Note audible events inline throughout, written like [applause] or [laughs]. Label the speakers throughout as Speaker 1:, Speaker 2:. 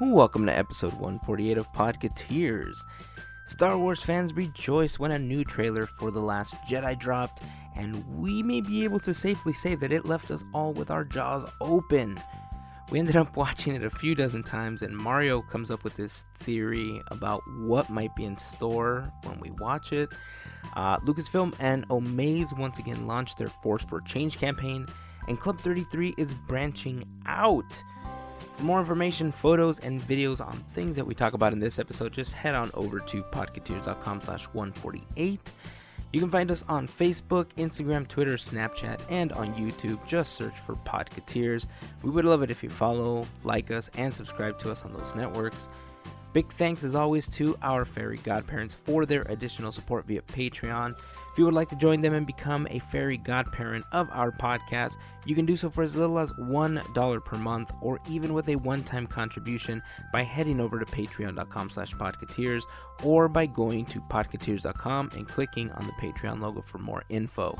Speaker 1: Welcome to episode 148 of Podketeers. Star Wars fans rejoice when a new trailer for The Last Jedi dropped, and we may be able to safely say that it left us all with our jaws open. We ended up watching it a few dozen times, and Mario comes up with this theory about what might be in store when we watch it. Uh, Lucasfilm and Omaze once again launched their Force for Change campaign, and Club 33 is branching out. For more information, photos, and videos on things that we talk about in this episode, just head on over to podcateers.com slash 148. You can find us on Facebook, Instagram, Twitter, Snapchat, and on YouTube. Just search for Podcateers. We would love it if you follow, like us, and subscribe to us on those networks. Big thanks as always to our fairy godparents for their additional support via Patreon. If you would like to join them and become a fairy godparent of our podcast, you can do so for as little as $1 per month or even with a one-time contribution by heading over to patreon.com slash podcateers or by going to podcateers.com and clicking on the Patreon logo for more info.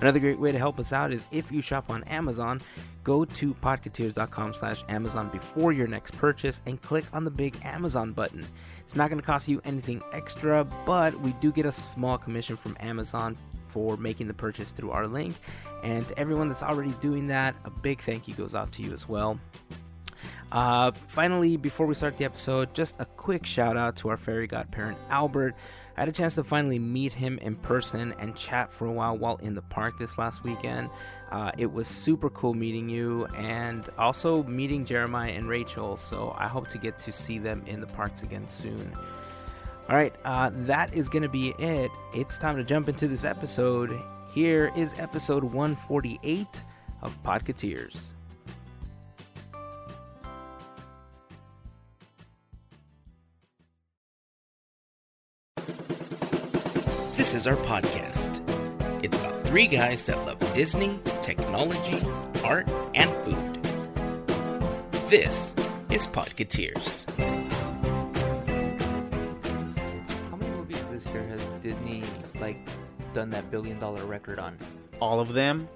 Speaker 1: Another great way to help us out is if you shop on Amazon, go to podcateers.com slash Amazon before your next purchase and click on the big Amazon button. It's not going to cost you anything extra, but we do get a small commission from Amazon for making the purchase through our link. And to everyone that's already doing that, a big thank you goes out to you as well. Uh, finally, before we start the episode, just a quick shout out to our fairy godparent Albert. I had a chance to finally meet him in person and chat for a while while in the park this last weekend. Uh, it was super cool meeting you and also meeting Jeremiah and Rachel, so I hope to get to see them in the parks again soon. All right, uh, that is going to be it. It's time to jump into this episode. Here is episode 148 of Podcateers. This is our podcast. It's about three guys that love Disney, technology, art, and food. This is Podcateers.
Speaker 2: How many movies this year has Disney like done that billion dollar record on?
Speaker 3: All of them.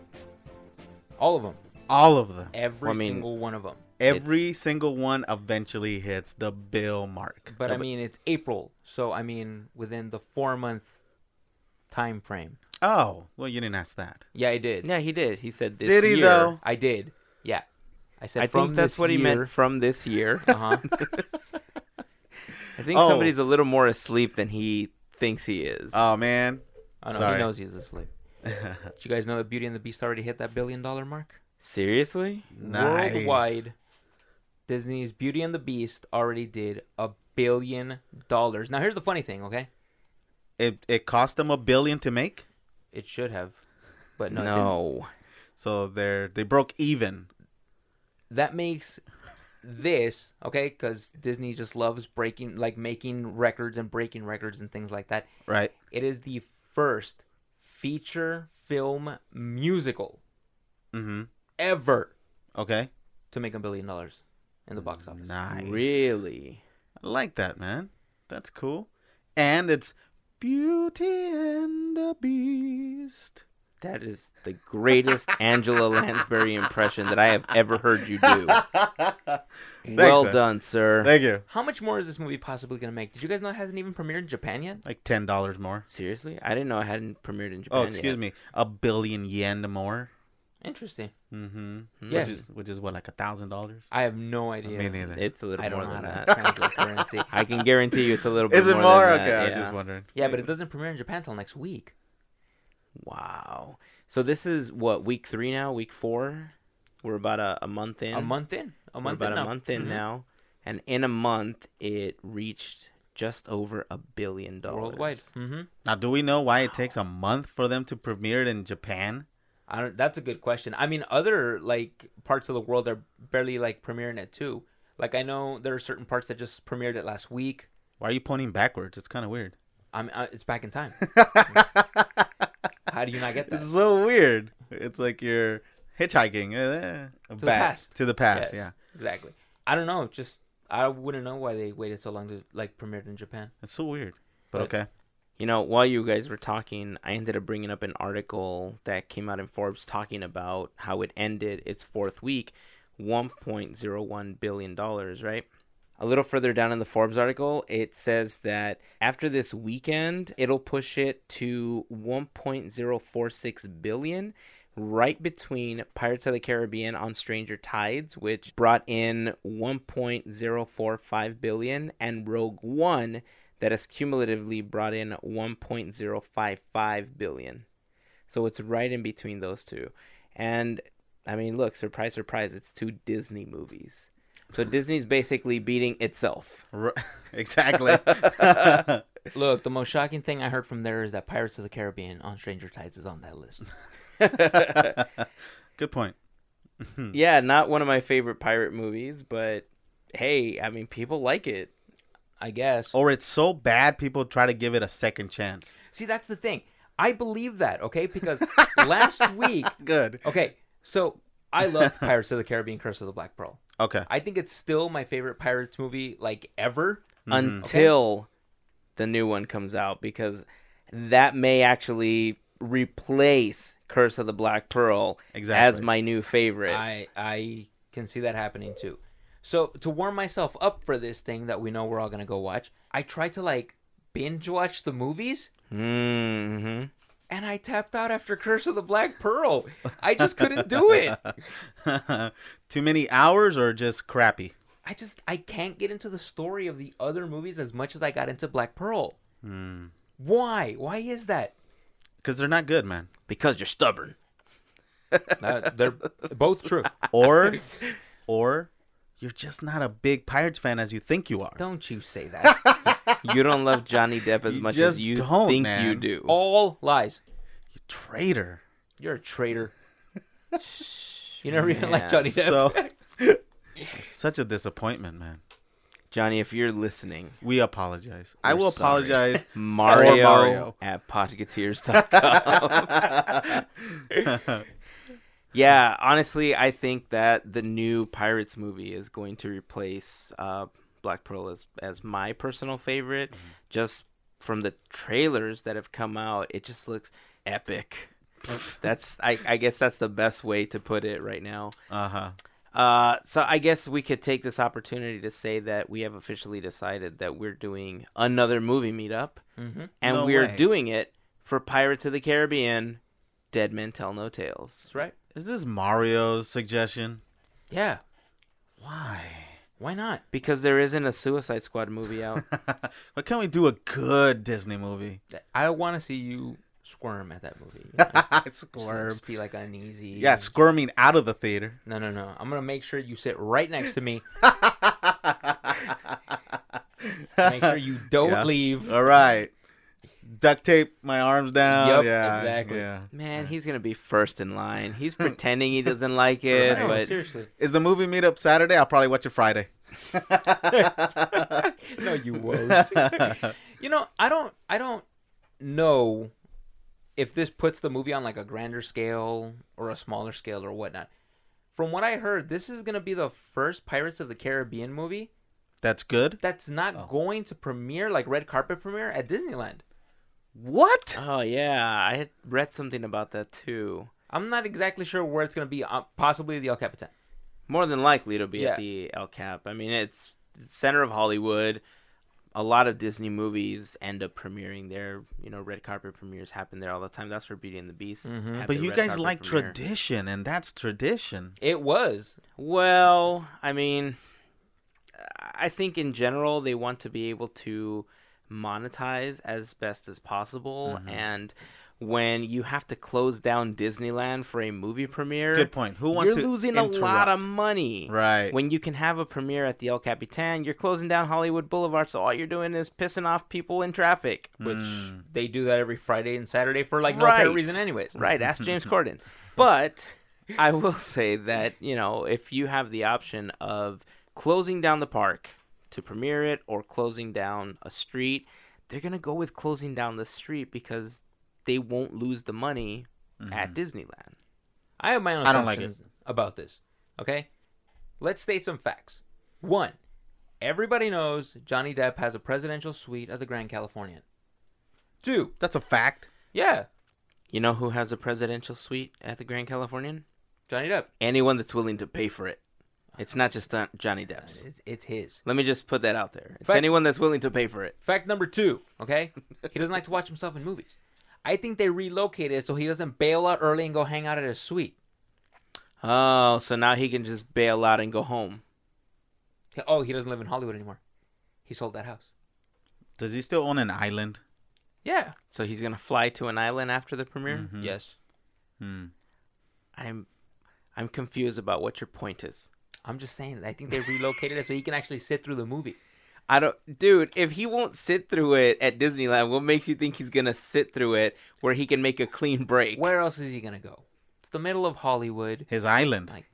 Speaker 2: All of them.
Speaker 3: All of them.
Speaker 2: Every
Speaker 1: Well, I mean-
Speaker 2: single one of them.
Speaker 3: Every single one eventually hits the bill mark.
Speaker 2: But I mean, it's April, so I mean, within the four month time frame.
Speaker 3: Oh, well, you didn't ask that.
Speaker 2: Yeah, I did.
Speaker 1: Yeah, he did. He said this
Speaker 3: Did he,
Speaker 1: year.
Speaker 3: though?
Speaker 2: I did. Yeah, I said.
Speaker 1: I
Speaker 2: from
Speaker 1: think that's
Speaker 2: this
Speaker 1: what he
Speaker 2: year-
Speaker 1: meant from this [laughs] year.
Speaker 2: Uh-huh.
Speaker 1: I think
Speaker 3: Oh.
Speaker 1: somebody's a little more asleep than he thinks he is.
Speaker 3: Oh man.
Speaker 1: [laughs]
Speaker 2: Oh no,
Speaker 3: Sorry.
Speaker 2: he knows he's asleep. Did you guys know that Beauty and the Beast already hit that billion dollar mark?
Speaker 1: Seriously?
Speaker 3: Nice.
Speaker 2: Worldwide, Disney's Beauty and the Beast already did a billion dollars. Now here's the funny thing, okay?
Speaker 3: It it cost them a billion to make,
Speaker 2: It should have, but no. it didn't.
Speaker 1: No.
Speaker 3: so they're they broke even.
Speaker 2: that makes this okay because disney just loves breaking like making records and breaking records and things like that
Speaker 3: Right.
Speaker 2: it is the first feature film musical
Speaker 3: Mm-hmm.
Speaker 2: ever
Speaker 3: Okay.
Speaker 2: to make a billion dollars in the box office
Speaker 3: Nice.
Speaker 1: Really?
Speaker 3: I like that, man. That's cool. And it's Beauty and the Beast.
Speaker 1: That is the greatest Angela Lansbury impression that I have ever heard you [laughs]
Speaker 3: [laughs]
Speaker 1: do. well
Speaker 3: sir.
Speaker 1: done, sir.
Speaker 3: Thank you.
Speaker 2: how much more is this movie possibly going to make did you guys know it hasn't even premiered in japan yet
Speaker 3: Like ten dollars more.
Speaker 1: Seriously? I didn't know I hadn't premiered in Japan.
Speaker 3: Oh, excuse me, a billion yen more.
Speaker 2: interesting
Speaker 3: Mm-hmm.
Speaker 2: yes
Speaker 3: Which is which is what like a thousand dollars.
Speaker 2: i have no idea
Speaker 3: Me neither.
Speaker 1: It's a little
Speaker 2: i don't
Speaker 1: more
Speaker 2: know how
Speaker 1: than
Speaker 2: to
Speaker 1: that. [laughs]
Speaker 2: translate currency
Speaker 1: I can guarantee you it's a
Speaker 3: [laughs]
Speaker 1: little bit
Speaker 3: Is it
Speaker 1: more.
Speaker 3: more?
Speaker 1: than
Speaker 3: okay,
Speaker 1: that,
Speaker 3: I was
Speaker 1: yeah.
Speaker 3: just wondering.
Speaker 2: yeah but it doesn't premiere in japan until next week
Speaker 1: Wow. So this is what week three now, week four. We're about a, a month in.
Speaker 2: a month in a month
Speaker 1: We're
Speaker 2: in
Speaker 1: about
Speaker 2: now.
Speaker 1: a month in
Speaker 2: Mhm.
Speaker 1: now, and in a month it reached just over a billion dollars
Speaker 2: worldwide mm-hmm
Speaker 3: Now, do we know why it takes a month for them to premiere it in Japan?
Speaker 2: I don't. That's a good question. I mean, other like parts of the world are barely like premiering it too. Like I know there are certain parts that just premiered it last week.
Speaker 3: Why are you pointing backwards? It's kind of weird.
Speaker 2: I'm. I, it's back in time. How do you not
Speaker 3: [laughs]
Speaker 2: get that?
Speaker 3: It's so weird. It's like you're hitchhiking eh, back
Speaker 2: past.
Speaker 3: to the past.
Speaker 2: Yes,
Speaker 3: Yeah,
Speaker 2: exactly. I don't know. Just I wouldn't know why they waited so long to like premiere it in Japan.
Speaker 3: it's so weird. But,
Speaker 2: But-
Speaker 3: okay,
Speaker 1: You know, while you guys were talking, I ended up bringing up an article that came out in Forbes talking about how it ended its fourth week, 1.01 billion dollars, right? A little further down in the Forbes article, it says that after this weekend, it'll push it to 1.046 billion, right between Pirates of the Caribbean on Stranger Tides, which brought in 1.045 billion, and Rogue One, that has cumulatively brought in 1.055 billion. So it's right in between those two. And I mean, look, surprise, surprise, it's two Disney movies. So Disney's basically beating itself. [laughs]
Speaker 3: R- [laughs] exactly.
Speaker 2: Look, the most shocking thing I heard from there is that Pirates of the Caribbean on Stranger Tides is on that list.
Speaker 3: Hmm. Good point.
Speaker 1: Yeah, not one of my favorite pirate movies, but hey, I mean, people like it.
Speaker 2: I guess.
Speaker 3: Or it's so bad people try to give it a second chance.
Speaker 2: See, that's the thing. I believe that, okay? Because last week,
Speaker 3: Good.
Speaker 2: okay, so I loved [laughs] Pirates of the Caribbean Curse of the Black Pearl.
Speaker 3: Okay.
Speaker 2: I think it's still my favorite Pirates movie, like ever.
Speaker 3: Mm-hmm.
Speaker 1: until the new one comes out because that may actually replace Curse of the Black Pearl as
Speaker 3: Exactly.
Speaker 1: my new favorite.
Speaker 2: I I can see that happening too. So to warm myself up for this thing that we know we're all gonna go watch, I tried to like binge watch the movies,
Speaker 1: hmm
Speaker 2: and I tapped out after Curse of the Black Pearl. I just couldn't do it.
Speaker 3: [laughs] Too many hours or just crappy?
Speaker 2: I just I can't get into the story of the other movies as much as I got into Black Pearl. Why? Why is that?
Speaker 3: Because they're not good, man.
Speaker 1: Because you're stubborn.
Speaker 2: Uh, they're both true.
Speaker 3: Or, or you're just not a big Pirates fan as you think you are.
Speaker 2: Don't you say that.
Speaker 1: You don't love Johnny Depp as
Speaker 3: You
Speaker 1: much
Speaker 3: just
Speaker 1: as you
Speaker 3: don't,
Speaker 1: think
Speaker 3: man. Oh.
Speaker 1: you do.
Speaker 2: All lies.
Speaker 3: You traitor.
Speaker 2: You're a traitor. You never even liked Johnny Depp.
Speaker 3: So, [laughs] such a disappointment, man.
Speaker 1: Johnny, if you're listening,
Speaker 3: We apologize. I
Speaker 1: We're
Speaker 3: will
Speaker 1: sorry.
Speaker 3: apologize.
Speaker 1: Mario,
Speaker 3: Mario.
Speaker 1: at podcateers.com. [laughs] yeah, honestly, I think that the new Pirates movie is going to replace uh, Black Pearl as, as my personal favorite. Just from the trailers that have come out, it just looks epic. that's I, I guess that's the best way to put it right now.
Speaker 3: Uh huh.
Speaker 1: Uh, so I guess we could take this opportunity to say that we have officially decided that we're doing another movie meetup, and
Speaker 3: Mm-hmm. No
Speaker 1: we're
Speaker 3: way.
Speaker 1: doing it for Pirates of the Caribbean: Dead Men Tell No Tales.
Speaker 2: That's right.
Speaker 3: Is this Mario's suggestion?
Speaker 2: Yeah.
Speaker 3: Why? [laughs]
Speaker 2: Why not?
Speaker 1: Because there isn't a Suicide Squad movie out.
Speaker 3: Why can't we do a good Disney movie? [laughs]
Speaker 2: I want to see you squirm at that movie. Squirm.
Speaker 3: Squirm.
Speaker 2: Just be like uneasy.
Speaker 3: Yeah, squirming out of
Speaker 2: [laughs]
Speaker 3: the theater.
Speaker 2: No, no, no. I'm gonna make sure you sit right next to me. make sure
Speaker 3: [laughs]
Speaker 2: you don't
Speaker 3: Yeah.
Speaker 2: leave.
Speaker 3: All right. Duct tape my arms down.
Speaker 2: Yep,
Speaker 3: yeah,
Speaker 2: exactly.
Speaker 3: Yeah.
Speaker 1: Man, he's gonna be first in line.
Speaker 3: [laughs]
Speaker 1: He's pretending he doesn't like it,
Speaker 2: No,
Speaker 1: but
Speaker 2: seriously.
Speaker 3: Is the movie meetup Saturday? I'll probably watch
Speaker 1: [laughs]
Speaker 3: it Friday.
Speaker 2: No, you won't. you know, I don't. I don't know if this puts the movie on like a grander scale or a smaller scale or whatnot. From what I heard, this is gonna be the first Pirates of the Caribbean movie
Speaker 3: [laughs] That's good.
Speaker 2: that's not
Speaker 3: Oh.
Speaker 2: going to premiere like red carpet premiere at Disneyland.
Speaker 3: What?
Speaker 1: oh yeah, I had read something about that too.
Speaker 2: I'm not exactly sure where it's gonna be. Uh, possibly the El Capitan.
Speaker 1: More than likely, it'll be at
Speaker 2: Yeah.
Speaker 1: the El Cap. I mean, it's it's center of Hollywood. A lot of Disney movies end up premiering there. You know, red carpet premieres happen there all the time. That's where Beauty and the Beast. had
Speaker 3: Mm-hmm. But
Speaker 1: their
Speaker 3: you
Speaker 1: red
Speaker 3: guys
Speaker 1: carpet
Speaker 3: like
Speaker 1: premiere.
Speaker 3: tradition, and that's tradition.
Speaker 2: It was.
Speaker 1: Well, I mean, I think in general they want to be able to monetize as best as possible,
Speaker 3: Mm-hmm.
Speaker 1: and when you have to close down Disneyland for a movie premiere,
Speaker 3: Good point. Who wants
Speaker 1: you're
Speaker 3: to
Speaker 1: losing a lot of
Speaker 3: interrupt?
Speaker 1: money,
Speaker 3: Right.
Speaker 1: When you can have a premiere at the El Capitan, you're closing down Hollywood Boulevard, so all you're doing is pissing off people in traffic.
Speaker 2: which
Speaker 3: Hmm.
Speaker 2: they do that every Friday and Saturday for like no
Speaker 1: Right.
Speaker 2: apparent reason, anyways.
Speaker 1: Right, ask James Corden. But I will say that, you know, if you have the option of closing down the park to premiere it or closing down a street, they're going to go with closing down the street because they won't lose the money at Disneyland.
Speaker 2: I have my own
Speaker 3: I don't like
Speaker 2: assumptions about this. Okay, let's state some facts. One, everybody knows Johnny Depp has a presidential suite at the Grand Californian. Two,
Speaker 3: That's a fact.
Speaker 2: yeah,
Speaker 1: You know who has a presidential suite at the Grand Californian?
Speaker 2: Johnny Depp.
Speaker 1: Anyone that's willing to pay for it. It's not just uh, Johnny Depp's.
Speaker 2: It's, it's his.
Speaker 1: Let me just put that out there. It's
Speaker 2: Fact-
Speaker 1: anyone that's willing to pay for it.
Speaker 2: Fact number two, okay? [laughs] He doesn't like to watch himself in movies. I think they relocated it so he doesn't bail out early and go hang out at his suite.
Speaker 1: Oh, so now he can just bail out and go home.
Speaker 2: Oh, he doesn't live in Hollywood anymore. He sold that house.
Speaker 3: Does he still own an island?
Speaker 2: Yeah.
Speaker 1: So he's gonna fly to an island after the premiere.
Speaker 3: Mhm.
Speaker 2: Yes.
Speaker 3: Hmm.
Speaker 1: I'm, I'm confused about what your point is.
Speaker 2: I'm just saying. I think they relocated it so he can actually sit through the movie.
Speaker 1: I don't, dude. If he won't sit through it at Disneyland, what makes you think he's gonna sit through it where he can make a clean break?
Speaker 2: Where else is he gonna go? It's the middle of Hollywood.
Speaker 3: His island.
Speaker 2: Like-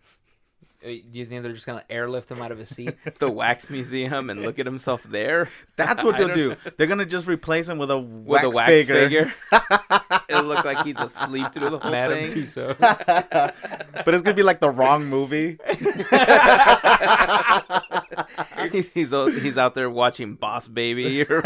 Speaker 2: Uh, Do you think they're just gonna airlift him out of his seat?
Speaker 1: [laughs] the wax museum and look at himself there
Speaker 3: That's what they'll
Speaker 1: [laughs] I
Speaker 3: do. They're gonna just replace him with a
Speaker 1: with
Speaker 3: wax,
Speaker 1: a wax
Speaker 3: figure.
Speaker 1: [laughs] figure. It'll look like he's asleep through the whole
Speaker 2: Madame
Speaker 1: thing.
Speaker 2: Tussauds.
Speaker 3: [laughs] but it's gonna be like the wrong
Speaker 1: [laughs]
Speaker 3: movie.
Speaker 1: [laughs] he's o- he's out there watching Boss Baby. [laughs] Or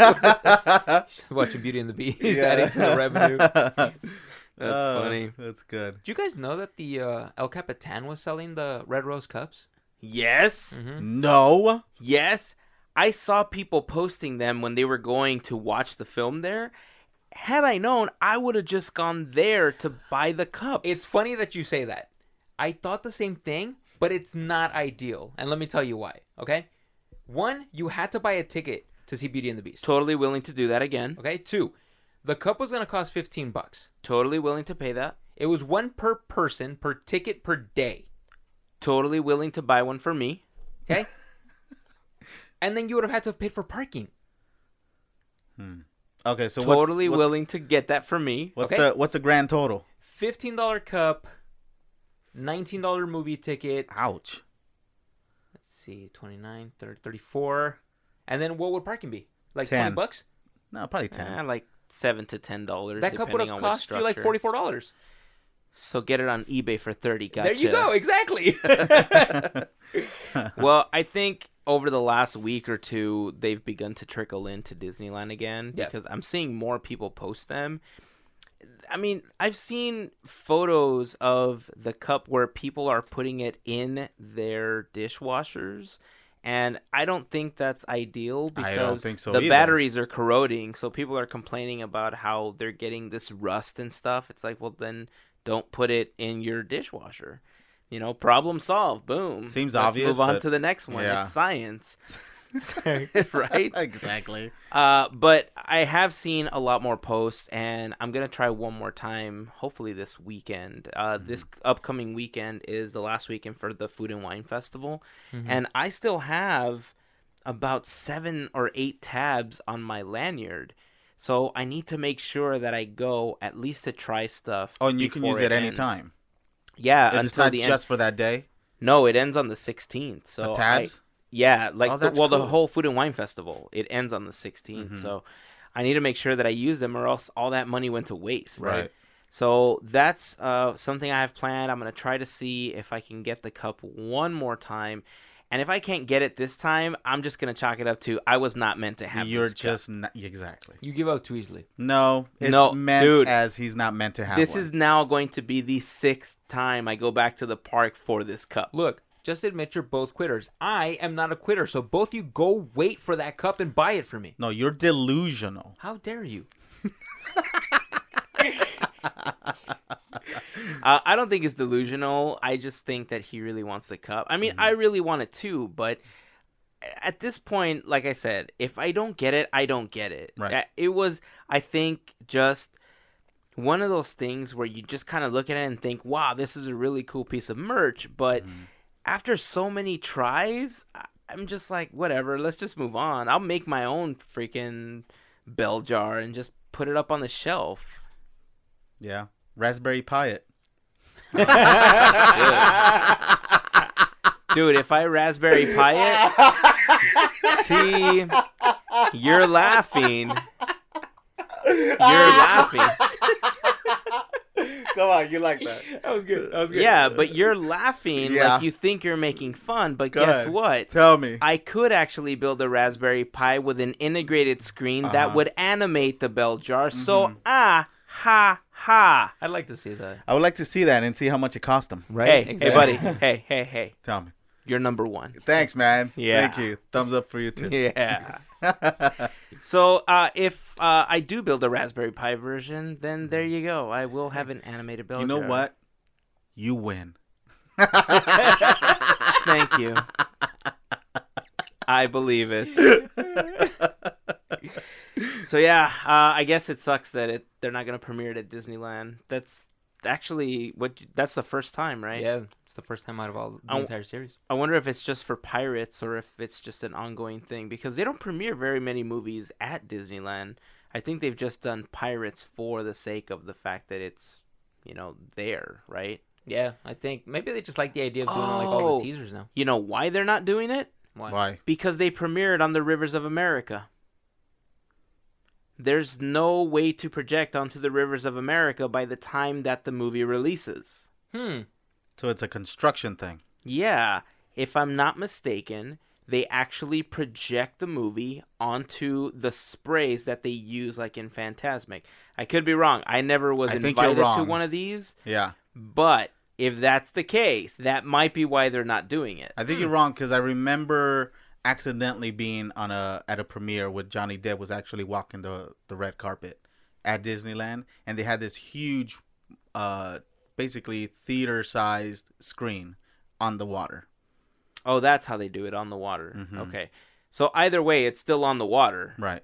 Speaker 2: Just watching Beauty and the Beast, adding to the
Speaker 3: [laughs]
Speaker 2: revenue. Do
Speaker 1: That's
Speaker 3: Oh,
Speaker 1: funny.
Speaker 3: That's good.
Speaker 2: you guys know that the uh, El Capitan was selling the Red Rose cups?
Speaker 1: Yes,
Speaker 2: Mm-hmm.
Speaker 3: No.
Speaker 1: yes. I saw people posting them when they were going to watch the film there. Had I known, I would have just gone there to buy the cups.
Speaker 2: It's funny that you say that. I thought the same thing, but it's not ideal. And let me tell you why, okay? One, you had to buy a ticket to see Beauty and the Beast.
Speaker 1: totally willing to do that again.
Speaker 2: Okay? Two, the cup was going to cost 15 bucks.
Speaker 1: Totally willing to pay that.
Speaker 2: It was one per person per ticket per day,
Speaker 1: Totally willing to buy one for me.
Speaker 2: okay? and then you would have had to have paid for parking.
Speaker 3: Okay, so what's-
Speaker 1: totally
Speaker 3: what-
Speaker 1: willing to get that for me.
Speaker 3: What's
Speaker 2: Okay.
Speaker 3: the what's the grand total?
Speaker 2: $15 cup, $19 movie ticket.
Speaker 3: Ouch.
Speaker 2: Let's see, 29, 30, 34. And then what would parking be? Like 20
Speaker 3: Ten.
Speaker 2: bucks?
Speaker 3: No, probably ten. [laughs]
Speaker 1: Eh, like seven to ten dollars.
Speaker 2: That cup would
Speaker 1: depending
Speaker 2: have
Speaker 1: on what
Speaker 2: cost you like
Speaker 1: structure.
Speaker 2: $44.
Speaker 1: So get it on eBay for thirty. Gotcha.
Speaker 2: There you go. Exactly.
Speaker 1: [laughs] well, I think over the last week or two, they've begun to trickle into Disneyland again
Speaker 2: Yeah.
Speaker 1: because I'm seeing more people post them. I mean, I've seen photos of the cup where people are putting it in their dishwashers. And I don't think that's ideal because
Speaker 3: I don't think so
Speaker 1: the
Speaker 3: either.
Speaker 1: batteries are corroding. So people are complaining about how they're getting this rust and stuff. It's like, well, then don't put it in your dishwasher. You know, problem solved. Boom.
Speaker 3: Seems
Speaker 1: Let's
Speaker 3: obvious,
Speaker 1: Move on
Speaker 3: but-
Speaker 1: to the next one.
Speaker 3: yeah.
Speaker 1: It's
Speaker 3: [laughs]
Speaker 1: science, [laughs] right?
Speaker 3: exactly.
Speaker 1: Uh, but I have seen a lot more posts, and I'm gonna try one more time. Hopefully this weekend. Uh,
Speaker 3: Mm-hmm.
Speaker 1: This upcoming weekend is the last weekend for the Food and Wine Festival,
Speaker 3: Mm-hmm.
Speaker 1: and I still have about seven or eight tabs on my lanyard. So I need to make sure that I go at least to try stuff.
Speaker 3: Oh, and you can
Speaker 1: before
Speaker 3: use it any
Speaker 1: ends.
Speaker 3: time.
Speaker 1: Yeah,
Speaker 3: If it's
Speaker 1: until
Speaker 3: not
Speaker 1: the end.
Speaker 3: just for that day.
Speaker 1: No, it ends on the 16th. So
Speaker 3: The
Speaker 1: I-
Speaker 3: tabs.
Speaker 1: yeah, like
Speaker 3: Oh,
Speaker 1: the,
Speaker 3: that's
Speaker 1: well, the
Speaker 3: cool. Mm-hmm.
Speaker 1: whole food and wine festival it ends on the 16th. So I need to make sure that I use them, or else all that money went to waste.
Speaker 3: Right.
Speaker 1: So that's uh, something I have planned. I'm gonna try to see if I can get the cup one more time, and if I can't get it this time, I'm just gonna chalk it up to I was not meant to have.
Speaker 3: You're
Speaker 1: this cup.
Speaker 3: just not, exactly.
Speaker 2: [laughs] you give up too easily.
Speaker 3: No, it's
Speaker 1: No,
Speaker 3: meant
Speaker 1: dude.
Speaker 3: as he's not meant to have
Speaker 1: This
Speaker 3: one.
Speaker 1: is now going to be the sixth time I go back to the park for this cup.
Speaker 2: Look, just admit you're both quitters. I am not a quitter, so both you go wait for that cup and buy it for me.
Speaker 3: No, you're delusional.
Speaker 2: How dare you?
Speaker 1: Uh, I don't think it's delusional. I just think that he really wants the cup. I mean, I really want it too, but at this point, like I said, if I don't get it, I don't get it.
Speaker 3: Right.
Speaker 1: Uh, It was, I think, just one of those things where you just kind of look at it and think, wow, this is a really cool piece of merch. But after so many tries, I- I'm just like, whatever, let's just move on. I'll make my own freaking bell jar and just put it up on the shelf.
Speaker 3: Yeah. Raspberry Pi it.
Speaker 1: Dude, if I raspberry pie it, see, you're laughing. You're
Speaker 3: Ah.
Speaker 1: laughing.
Speaker 3: [laughs] Come on, you like that.
Speaker 2: [laughs] That was good. That was
Speaker 1: Yeah, but you're laughing
Speaker 3: Yeah.
Speaker 1: like you think you're making fun, but
Speaker 3: Go
Speaker 1: guess
Speaker 3: ahead.
Speaker 1: what?
Speaker 3: [laughs] Tell me.
Speaker 1: I could actually build a Raspberry Pi with an integrated screen that
Speaker 3: Uh-huh.
Speaker 1: would animate the bell jar. So,
Speaker 2: Mm-hmm.
Speaker 1: ah, ha, ha.
Speaker 2: I'd like to see that.
Speaker 3: I would like to see that and see how much it cost him.
Speaker 2: Right?
Speaker 1: Hey, hey,
Speaker 2: Exactly.
Speaker 1: buddy. hey, hey, hey.
Speaker 3: Tell me.
Speaker 1: You're number one.
Speaker 3: Thanks, man.
Speaker 1: Yeah.
Speaker 3: Thank you. Thumbs up for
Speaker 1: [laughs]
Speaker 3: you too.
Speaker 1: Yeah. so uh, if uh, I do build a Raspberry Pi version, then there you go. I will have an animated bell
Speaker 3: you know
Speaker 1: jar.
Speaker 3: what? You win.
Speaker 1: Thank you. I believe it. [laughs] so yeah, uh, I guess it sucks that it they're not going to premiere it at Disneyland. That's actually what that's the first time, [laughs] right?
Speaker 2: Yeah, it's the first time out of all the
Speaker 1: I-
Speaker 2: entire series.
Speaker 1: I wonder if it's just for pirates or if it's just an ongoing thing because they don't premiere very many movies at Disneyland. I think they've just done pirates for the sake of the fact that it's, you know, there, right?
Speaker 2: Yeah, I think maybe they just like the idea of doing like all
Speaker 1: Oh.
Speaker 2: the teasers now.
Speaker 1: You know why they're not doing it?
Speaker 2: Why?
Speaker 1: Because they premiered on the Rivers of America. There's no way to project onto the Rivers of America by the time that the movie releases.
Speaker 2: Hmm.
Speaker 3: So it's a construction thing.
Speaker 1: Yeah, if I'm not mistaken, they actually project the movie onto the sprays that they use, like in Fantasmic. I could be wrong. I never was
Speaker 3: I think you're
Speaker 1: invited to
Speaker 3: wrong.
Speaker 1: one of these,
Speaker 3: Yeah.
Speaker 1: but if that's the case, that might be why they're not doing it.
Speaker 3: I think you're wrong because I remember accidentally being on a at a premiere with Johnny Depp was actually walking the the red carpet at Disneyland, and they had this huge, uh, basically theater sized screen on the water.
Speaker 1: Oh, that's how they do it on the water.
Speaker 3: Mhm.
Speaker 1: Okay. So either way, it's still on the water.
Speaker 3: Right.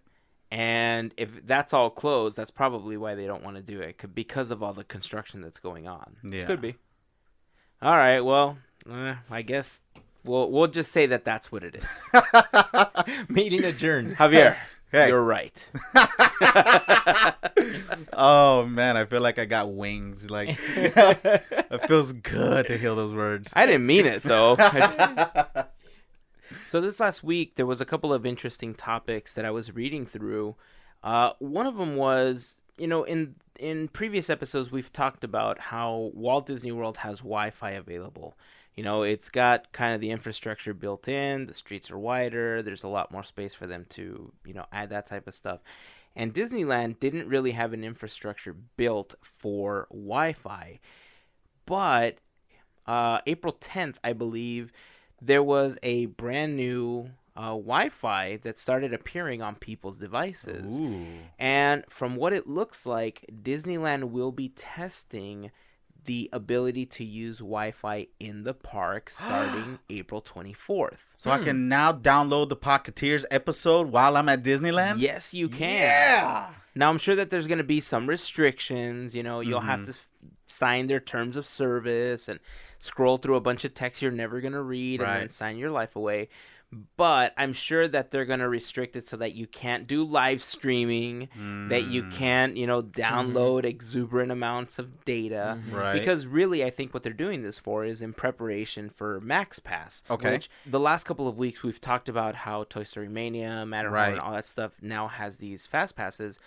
Speaker 1: And if that's all closed, that's probably why they don't want to do it c- because of all the construction that's going on.
Speaker 3: Yeah.
Speaker 2: Could be. [laughs]
Speaker 1: All right. Well, eh, I guess we'll we'll just say that that's what it is. [laughs]
Speaker 2: Meeting adjourned. [laughs]
Speaker 1: Javier,
Speaker 3: [laughs] Hey.
Speaker 1: you're right. [laughs]
Speaker 3: [laughs] oh man, I feel like I got wings. Like [laughs]
Speaker 2: Mm-hmm.
Speaker 3: it feels good to hear those words.
Speaker 1: [laughs] I didn't mean it though. so this last week there was a couple of interesting topics that I was reading through. Uh, one of them was, you know, in in previous episodes we've talked about how Walt Disney World has Wi-Fi available. You know, it's got kind of the infrastructure built in. The streets are wider. There's a lot more space for them to, you know, add that type of stuff. And Disneyland didn't really have an infrastructure built for Wi-Fi, but uh, April 10th, I believe, there was a brand new uh, Wi Fi that started appearing on people's devices.
Speaker 3: Ooh.
Speaker 1: And from what it looks like, Disneyland will be testing the ability to use Wi Fi in the park
Speaker 3: [gasps]
Speaker 1: starting April 24th.
Speaker 3: So I
Speaker 1: Hmm.
Speaker 3: can now download the Pocketeers episode while I'm at Disneyland.
Speaker 1: Yes, you can.
Speaker 3: Yeah.
Speaker 1: Now I'm sure that there's going to be some restrictions. You know, you'll have to f- sign their terms of service and scroll through a bunch of text you're never going to read and then
Speaker 3: Right.
Speaker 1: sign your life away. But I'm sure that they're going to restrict it so that you can't do live streaming, that
Speaker 3: Mm,
Speaker 1: you can't, you know, download exuberant amounts of data.
Speaker 3: Right.
Speaker 1: Because really, I think what they're doing this for is in preparation for Max Pass.
Speaker 3: Okay.
Speaker 1: Which the last couple of weeks we've talked about how Toy Story Mania, Matterhorn,
Speaker 3: Right.
Speaker 1: all that stuff now has these fast passes.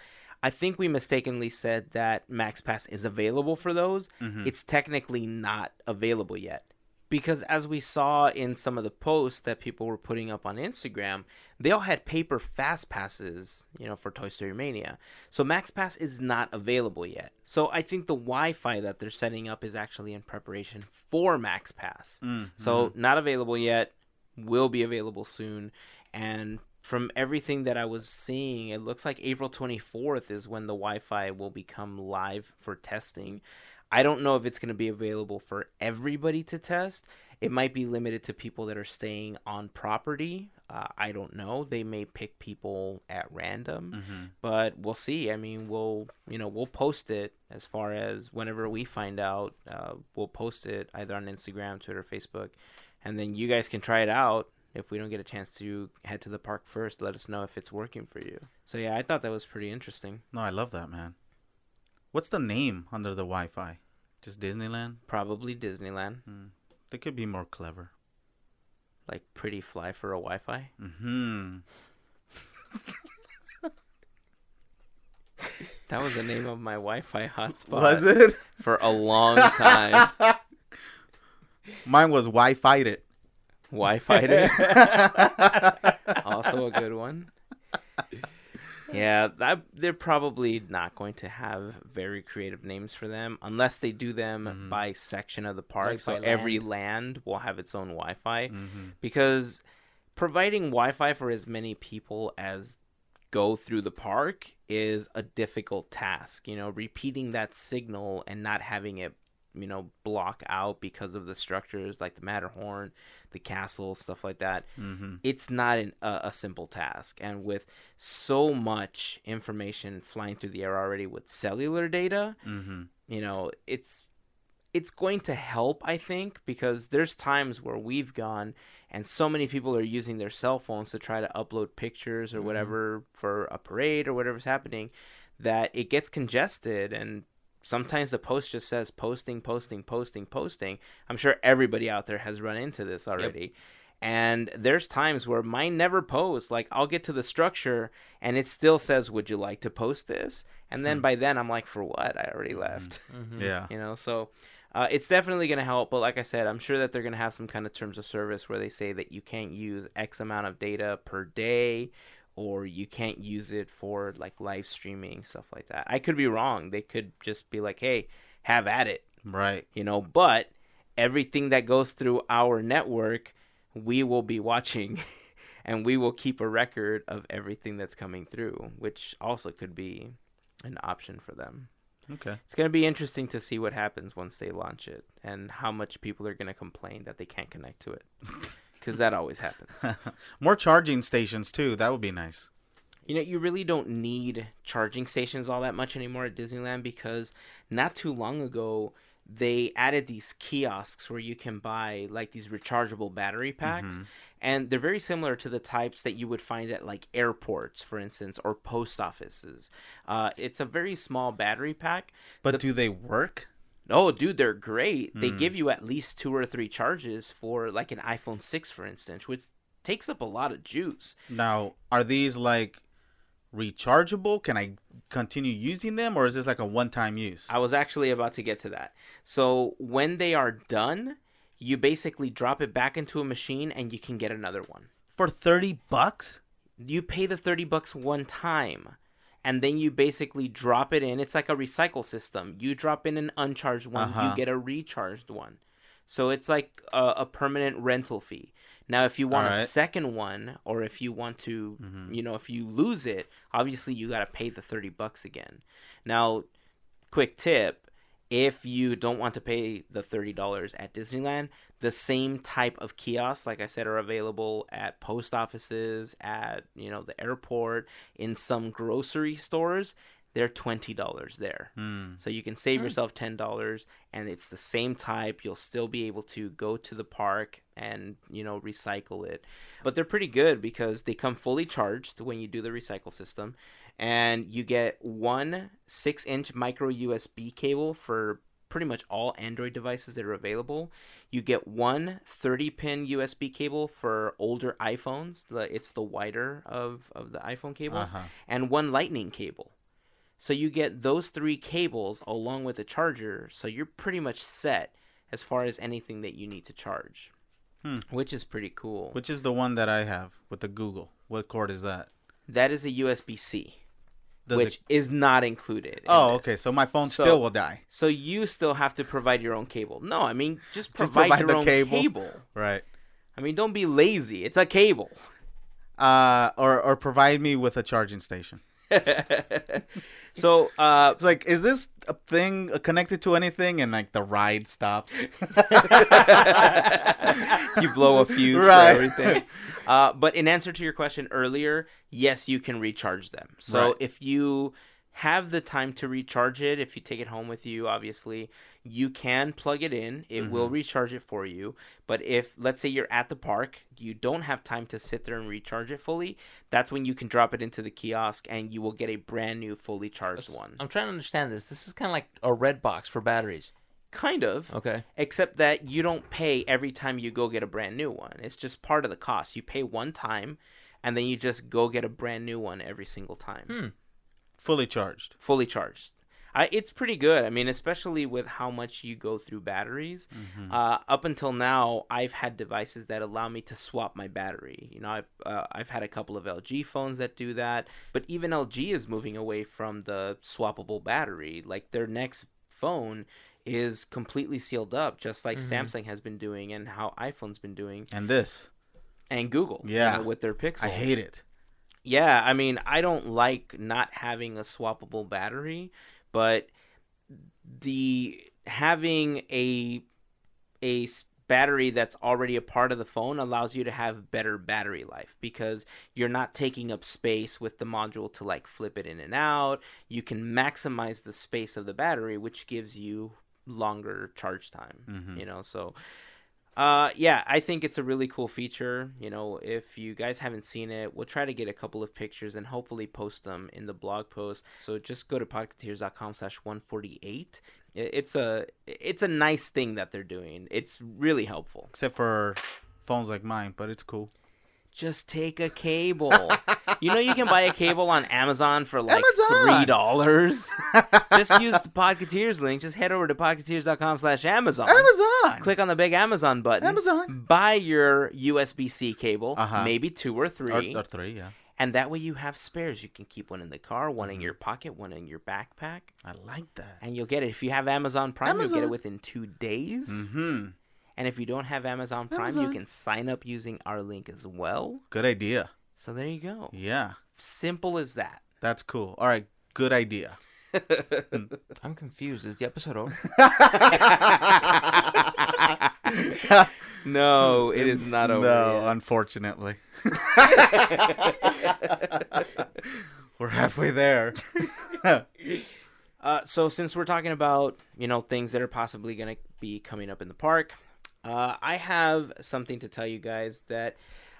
Speaker 1: I think we mistakenly said that Max Pass is available for those.
Speaker 3: Mm-hmm.
Speaker 1: It's technically not available yet. Because as we saw in some of the posts that people were putting up on Instagram, they all had paper fast passes, you know, for Toy Story Mania. So Max Pass is not available yet. So I think the Wi-Fi that they're setting up is actually in preparation for Max Pass.
Speaker 3: Mm-hmm.
Speaker 1: So not available yet, will be available soon. And from everything that I was seeing, it looks like April 24th is when the Wi Fi will become live for testing. I don't know if it's going to be available for everybody to test. It might be limited to people that are staying on property. Uh, I don't know. They may pick people at random,
Speaker 3: Mm-hmm.
Speaker 1: but we'll see. I mean, we'll you know we'll post it as far as whenever we find out. Uh, we'll post it either on Instagram, Twitter, Facebook, and then you guys can try it out. If we don't get a chance to head to the park first, let us know if it's working for you. So yeah, I thought that was pretty interesting.
Speaker 3: No, I love that, man. What's the name under the Wi Fi? Just Disneyland?
Speaker 1: Probably Disneyland,
Speaker 3: They could be more clever.
Speaker 1: like pretty fly for a Wi-Fi.
Speaker 3: Hmm.
Speaker 1: That was the name of my Wi-Fi [laughs] hotspot
Speaker 3: it? [laughs]
Speaker 1: for a long time.
Speaker 3: Mine was Wi Fi it.
Speaker 2: [laughs]
Speaker 1: Wi-Fi, also a good one. yeah, that, they're probably not going to have very creative names for them unless they do them
Speaker 3: Mhm.
Speaker 1: by section of the park.
Speaker 2: Mm-hmm. Like
Speaker 1: so
Speaker 2: by
Speaker 1: every land will have its own Wi-Fi
Speaker 3: hmm
Speaker 1: because providing Wi-Fi for as many people as go through the park is a difficult task. You know, repeating that signal and not having it, you know, block out because of the structures like the Matterhorn, the castle, stuff like that
Speaker 3: hmm
Speaker 1: it's not an, a, a simple task. And with so much information flying through the air already with cellular data,
Speaker 3: hmm
Speaker 1: you know, it's it's going to help, I think, because there's times where we've gone and so many people are using their cell phones to try to upload pictures or
Speaker 2: Mhm.
Speaker 1: whatever for a parade or whatever's happening that it gets congested and sometimes the post just says posting posting posting posting i'm sure everybody out there has run into this already and there's times where mine never posts like i'll get to the structure and it still says would you like to post this and then
Speaker 3: Hmm.
Speaker 1: by then i'm like for what i already left
Speaker 2: Mhm.
Speaker 3: Yeah.
Speaker 1: you know so uh, it's definitely going to help but like i said i'm sure that they're going to have some kind of terms of service where they say that you can't use x amount of data per day or you can't use it for like live streaming stuff like that i could be wrong they could just be like hey have at it
Speaker 3: Right.
Speaker 1: you know but everything that goes through our network we will be watching [laughs] and we will keep a record of everything that's coming through which also could be an option for them
Speaker 3: Okay.
Speaker 1: it's going to be interesting to see what happens once they launch it and how much people are going to complain that they can't connect to it [laughs] because that always happens
Speaker 3: [laughs] More charging stations too. That would be nice.
Speaker 1: you know you really don't need charging stations all that much anymore at disneyland because not too long ago they added these kiosks where you can buy like these rechargeable battery packs
Speaker 3: Mhm.
Speaker 1: and they're very similar to the types that you would find at like airports for instance or post offices uh, it's a very small battery pack
Speaker 3: But
Speaker 1: The-
Speaker 3: do they work?
Speaker 1: Oh, dude, they're great. They
Speaker 3: Mm.
Speaker 1: give you at least two or three charges for like an iPhone 6, for instance, which takes up a lot of juice.
Speaker 3: Now, are these like rechargeable? Can I continue using them, or is this like a one-time use?
Speaker 1: I was actually about to get to that. So when they are done, you basically drop it back into a machine and you can get another one.
Speaker 3: For thirty bucks?
Speaker 1: You pay the 30 bucks one time and then you basically drop it in. It's like a recycle system. You drop in an uncharged one,
Speaker 3: Uh-huh.
Speaker 1: you get a recharged one. So it's like a, a permanent rental fee. Now, if you want a
Speaker 3: Alright.
Speaker 1: second one, or if you want to, you know, if you lose it, obviously you got to pay the 30 bucks again. Now, quick tip if you don't want to pay the $30 at Disneyland, the same type of kiosks, like I said, are available at post offices, at, you know, the airport, in some grocery stores. They're $20 there.
Speaker 3: Hmm.
Speaker 1: So you can save yourself ten dollars, and it's the same type. You'll still be able to go to the park and you know recycle it. But they're pretty good because they come fully charged when you do the recycle system, and you get one six-inch micro USB cable for pretty much all Android devices that are available. You get one 30-pin USB cable for older iPhones. The- It's the wider of of the iPhone cables
Speaker 3: Uh-huh.
Speaker 1: and one lightning cable. So you get those three cables along with a charger, so you're pretty much set as far as anything that you need to charge.
Speaker 3: Hmm.
Speaker 1: Which is pretty cool.
Speaker 3: Which is the one that I have with the Google? What cord is that?
Speaker 1: that is a USB C,
Speaker 3: Does
Speaker 1: which
Speaker 3: it...
Speaker 1: is not included. in
Speaker 3: Oh,
Speaker 1: this.
Speaker 3: okay. So my phone
Speaker 1: So-
Speaker 3: still will die.
Speaker 1: So you still have to provide your own cable. No, I mean just
Speaker 3: Just
Speaker 1: provide,
Speaker 3: provide
Speaker 1: your
Speaker 3: the
Speaker 1: own
Speaker 3: cable.
Speaker 1: cable.
Speaker 3: Right.
Speaker 1: I mean, don't be lazy. It's a cable. [laughs]
Speaker 3: Uh, or or provide me with a charging station.
Speaker 1: so uh,
Speaker 3: It's like, is this a thing uh, connected to anything? And like the ride
Speaker 1: [laughs]
Speaker 3: stops.
Speaker 1: you blow a fuse
Speaker 3: Right.
Speaker 1: for everything. Uh, but in answer to your question earlier, yes, you can recharge them. So
Speaker 3: Right.
Speaker 1: if you have the time to recharge it, if you take it home with you, obviously, you can plug it in. It
Speaker 3: Mm-hmm.
Speaker 1: will recharge it for you. But if, let's say, you're at the park, you don't have time to sit there and recharge it fully, that's when you can drop it into the kiosk and you will get a brand new, fully charged one.
Speaker 2: I'm trying to understand this. This is kind of like a red box for batteries.
Speaker 1: Kind of.
Speaker 2: Okay.
Speaker 1: except that you don't pay every time you go get a brand new one. It's just part of the cost. You pay one time, and then you just go get a brand new one every single time,
Speaker 3: fully charged.
Speaker 1: fully charged. I, it's pretty good. I mean, especially with how much you go through batteries.
Speaker 3: Mm-hmm.
Speaker 1: Uh, up until now, I've had devices that allow me to swap my battery. You know, I've uh, I've had a couple of LG phones that do that, but even LG is moving away from the swappable battery. Like their next phone is completely sealed up, just like
Speaker 3: Mm-hmm.
Speaker 2: Mhm.
Speaker 1: Samsung has been doing and how iPhone's been doing,
Speaker 3: And this,
Speaker 1: and Google. you
Speaker 3: Yeah.
Speaker 1: know, with their Pixel.
Speaker 3: I hate it.
Speaker 1: Yeah, I mean, I don't like not having a swappable battery, but the having a a s- battery that's already a part of the phone allows you to have better battery life because you're not taking up space with the module to like flip it in and out. You can maximize the space of the battery, which gives you longer charge time,
Speaker 3: Mhm.
Speaker 1: you know. So uh yeah, I think it's a really cool feature. You know, if you guys haven't seen it, we'll try to get a couple of pictures and hopefully post them in the blog post. So just go to podcasters.com slash 148. It's a it's a nice thing that they're doing. It's really helpful.
Speaker 3: Except for phones like mine, but it's cool.
Speaker 1: Just take a cable. you know you can buy a cable on Amazon for like
Speaker 3: Amazon!
Speaker 1: three
Speaker 3: [laughs]
Speaker 1: dollars. just use the Podcateers link. Just head over to podcateers.com slash Amazon.
Speaker 3: Amazon.
Speaker 1: Click on the big Amazon button.
Speaker 3: Amazon.
Speaker 1: buy your USB C cable,
Speaker 3: Uh-huh.
Speaker 1: maybe two or three,
Speaker 3: Or, or three, yeah.
Speaker 1: and that way you have spares. You can keep one in the car, one
Speaker 3: Mm-hmm.
Speaker 1: in your pocket, one in your backpack,
Speaker 3: I like that.
Speaker 1: and you'll get it. If you have Amazon Prime, you'll get it
Speaker 3: Amazon.
Speaker 1: within two days.
Speaker 3: Mm-hmm.
Speaker 1: And if you don't have Amazon Prime, you
Speaker 3: Amazon.
Speaker 1: can sign up using our link as well.
Speaker 3: Good idea.
Speaker 1: So there you go.
Speaker 3: Yeah,
Speaker 1: Simple as that.
Speaker 3: that's cool. All right, good idea.
Speaker 2: I'm confused. Is the episode over?
Speaker 1: [laughs] no, it is not over.
Speaker 3: no,
Speaker 1: yet.
Speaker 3: unfortunately. [laughs] We're halfway there.
Speaker 1: [laughs] Uh, so since we're talking about you know things that are possibly going to be coming up in the park, uh, I have something to tell you guys that